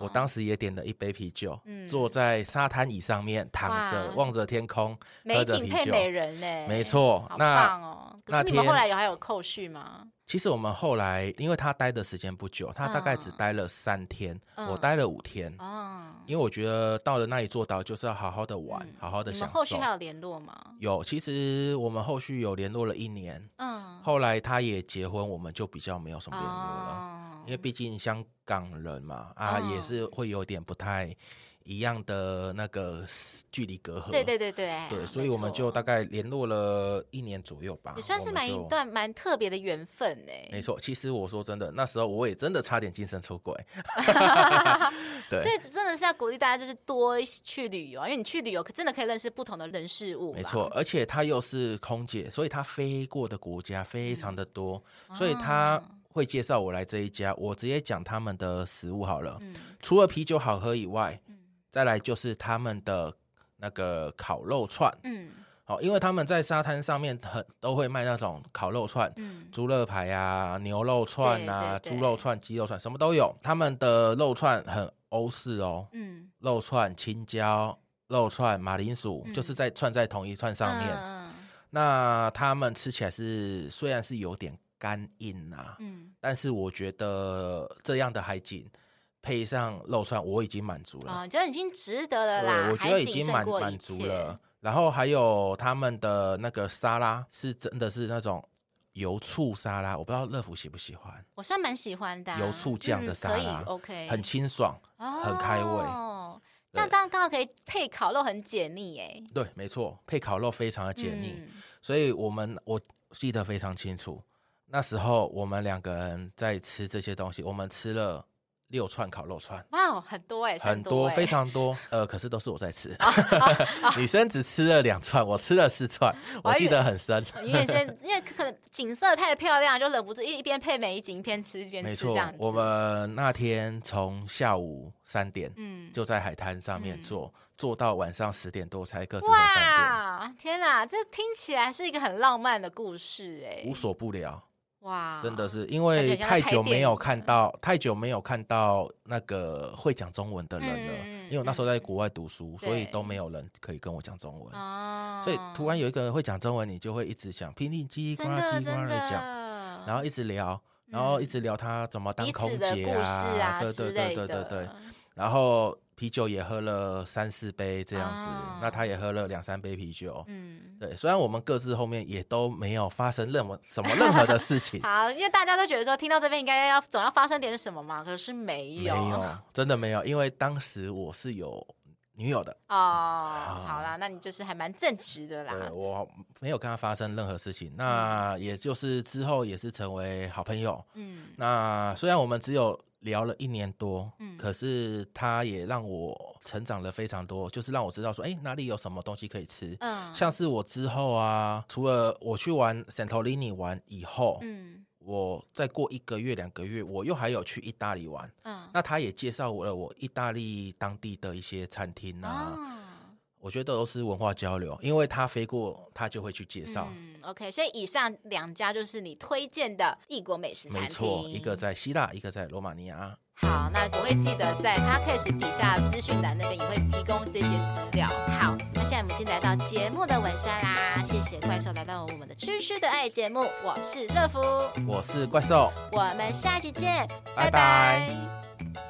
Speaker 1: 我当时也点了一杯啤酒，
Speaker 2: 嗯
Speaker 1: 坐在沙滩椅上面躺着
Speaker 2: 哇，
Speaker 1: 望着天空，
Speaker 2: 美
Speaker 1: 喝着
Speaker 2: 景
Speaker 1: 啤
Speaker 2: 配
Speaker 1: 酒
Speaker 2: 美人呢、
Speaker 1: 没错
Speaker 2: 好
Speaker 1: 那
Speaker 2: 棒哦。可
Speaker 1: 那
Speaker 2: 是你们
Speaker 1: 天
Speaker 2: 后来有还有扣续吗？
Speaker 1: 其实我们后来，因为他待的时间不久，他大概只
Speaker 2: 嗯
Speaker 1: 待了三天，
Speaker 2: 嗯
Speaker 1: 我待了五天。
Speaker 2: 哦，
Speaker 1: 因为我觉得到了那里做岛，就是要好好的玩，
Speaker 2: 嗯
Speaker 1: 好好的
Speaker 2: 你
Speaker 1: 享
Speaker 2: 们后续
Speaker 1: 受。
Speaker 2: 还有联络吗？
Speaker 1: 有，其实我们后续有联络了一年，
Speaker 2: 嗯，
Speaker 1: 后来他也结婚，我们就比较没有什么联络了。
Speaker 2: 哦
Speaker 1: 因为毕竟香港人嘛，啊，
Speaker 2: 哦
Speaker 1: 也是会有点不太一样的那个距离隔阂。
Speaker 2: 对对对对，啊
Speaker 1: 对，
Speaker 2: 没
Speaker 1: 所以我们就
Speaker 2: 错
Speaker 1: 大概联络了一年左右吧。
Speaker 2: 也算是
Speaker 1: 我们
Speaker 2: 蛮一
Speaker 1: 就。
Speaker 2: 段蛮特别的缘分哎呢、
Speaker 1: 没错，其实我说真的，那时候我也真的差点精神出 轨。对
Speaker 2: 所，以真的是要鼓励大家，就是多去旅游啊，因为你去旅游可真的可以认识不同的人事物。
Speaker 1: 没错，，而且她又是空姐，所以她飞过的国家
Speaker 2: 嗯
Speaker 1: 非常的多，所以她
Speaker 2: 哦
Speaker 1: 会介绍我来这一家。我直接讲他们的食物好了，
Speaker 2: 嗯
Speaker 1: 除了啤酒好喝以外，再来就是他们的那个烤肉串。
Speaker 2: 嗯
Speaker 1: 哦，因为他们在沙滩上面很都会卖那种烤肉串、
Speaker 2: 嗯，
Speaker 1: 猪肋排啊、牛肉串啊、
Speaker 2: 对对对
Speaker 1: 猪肉串、鸡肉串，什么都有。他们的肉串很欧式哦，
Speaker 2: 嗯，
Speaker 1: 肉串、青椒、肉串、马铃薯，
Speaker 2: 嗯
Speaker 1: 就是在串在同一串上面。
Speaker 2: 嗯
Speaker 1: 那他们吃起来是虽然是有点干硬啊，
Speaker 2: 嗯
Speaker 1: 但是我觉得这样的海景配上肉串，我已经满足
Speaker 2: 嗯，
Speaker 1: 了。
Speaker 2: 啊、就已经值得了啦，
Speaker 1: 对，我觉得
Speaker 2: 海
Speaker 1: 已
Speaker 2: 景
Speaker 1: 经
Speaker 2: 胜
Speaker 1: 满
Speaker 2: 过一
Speaker 1: 满足
Speaker 2: 切
Speaker 1: 了。然后还有他们的那个沙拉是真的是那种油醋沙拉，我不知道乐福喜不喜欢，
Speaker 2: 我算蛮喜欢的啊、
Speaker 1: 油醋酱的
Speaker 2: 嗯
Speaker 1: 沙
Speaker 2: 可以
Speaker 1: 拉
Speaker 2: ，OK，
Speaker 1: 很清爽，很开胃
Speaker 2: 哦，这样
Speaker 1: 对
Speaker 2: 这样刚好可以配烤肉，很解腻哎，
Speaker 1: 对，没错，配烤肉非常的解腻，
Speaker 2: 嗯
Speaker 1: 所以我们我记得非常清楚，那时候我们两个人在吃这些东西，我们吃了六串烤肉串。
Speaker 2: 哇哦，很多哎，算
Speaker 1: 很多，
Speaker 2: 哎
Speaker 1: 非常多，呃，可是都是我在 吃， 女生只吃了两串，我吃了四串，我
Speaker 2: 还以
Speaker 1: 记
Speaker 2: 为
Speaker 1: 得很深。
Speaker 2: 因为现因为可能景色太漂亮，就忍不住一一边配美景一边吃一边
Speaker 1: 没
Speaker 2: 吃
Speaker 1: 错
Speaker 2: 这样，子。
Speaker 1: 我们那天从下午三点
Speaker 2: 嗯，
Speaker 1: 就在海滩上面坐，坐到晚上十点多才各自回饭
Speaker 2: 哇，天哪，这听起来是一个很浪漫的故事哎、
Speaker 1: 店，无所不聊，
Speaker 2: 哇，
Speaker 1: 真的
Speaker 2: 是
Speaker 1: 是因
Speaker 2: 感觉
Speaker 1: 为
Speaker 2: 像在
Speaker 1: 太
Speaker 2: 拍
Speaker 1: 久
Speaker 2: 电
Speaker 1: 没有
Speaker 2: 影
Speaker 1: 看到，太久没有看到那个会讲中文的人了，
Speaker 2: 嗯嗯嗯
Speaker 1: 因为我那时候在国外读书，所以
Speaker 2: 对
Speaker 1: 都没有人可以跟我讲中文。
Speaker 2: 哦，
Speaker 1: 所以突然有一个人会讲中文，你就会一直想拼命叽呱
Speaker 2: 真的
Speaker 1: 叽
Speaker 2: 真
Speaker 1: 呱
Speaker 2: 的嗯
Speaker 1: 的讲，然后一直聊，然后一直聊他怎么当
Speaker 2: 彼
Speaker 1: 空
Speaker 2: 此的
Speaker 1: 姐
Speaker 2: 故事啊
Speaker 1: 对对
Speaker 2: 之类
Speaker 1: 对
Speaker 2: 的，
Speaker 1: 对对对，然后啤酒也喝了三四杯这样子，
Speaker 2: 啊
Speaker 1: 那他也喝了两三杯啤酒。
Speaker 2: 嗯。
Speaker 1: 对，虽然我们各自后面也都没有发生任何什么任何的事情，
Speaker 2: 好，因为大家都觉得说听到这边应该要总要发生点什么嘛，可是 没
Speaker 1: 没
Speaker 2: 有，
Speaker 1: 有，真的没有，因为当时我是有女友的，
Speaker 2: 哦。好啦，那你就是还蛮正直的
Speaker 1: 对
Speaker 2: 啦。
Speaker 1: 我没有跟她发生任何事情。那也就是之后也是成为好朋友。
Speaker 2: 嗯
Speaker 1: 那虽然我们只有聊了一年多，
Speaker 2: 嗯
Speaker 1: 可是她也让我成长了非常多，就是让我知道说，哎，哪里有什么东西可以吃，
Speaker 2: 嗯
Speaker 1: 像是我之后啊，除了我去玩 Santorini 玩以后，
Speaker 2: 嗯
Speaker 1: 我再过一个月、两个月，我又还有去意大利玩。
Speaker 2: 嗯
Speaker 1: 那他也介绍我了我意大利当地的一些餐厅啊，
Speaker 2: 啊，
Speaker 1: 我觉得都是文化交流，因为他飞过，他就会去介绍。
Speaker 2: 嗯，OK，所以以上两家就是你推荐的异国美食餐
Speaker 1: 没
Speaker 2: 厅，
Speaker 1: 错，一个在希腊，一个在罗马尼亚。
Speaker 2: 好，那我会记得在 podcast 底下资讯栏那边也会提供这些资料。好，那现在我们已经来到节目的尾声啦，谢谢怪兽来到我们的《吃吃的爱》节目，我是乐福，
Speaker 1: 我是怪兽，
Speaker 2: 我们下期见，拜
Speaker 1: 拜拜
Speaker 2: 拜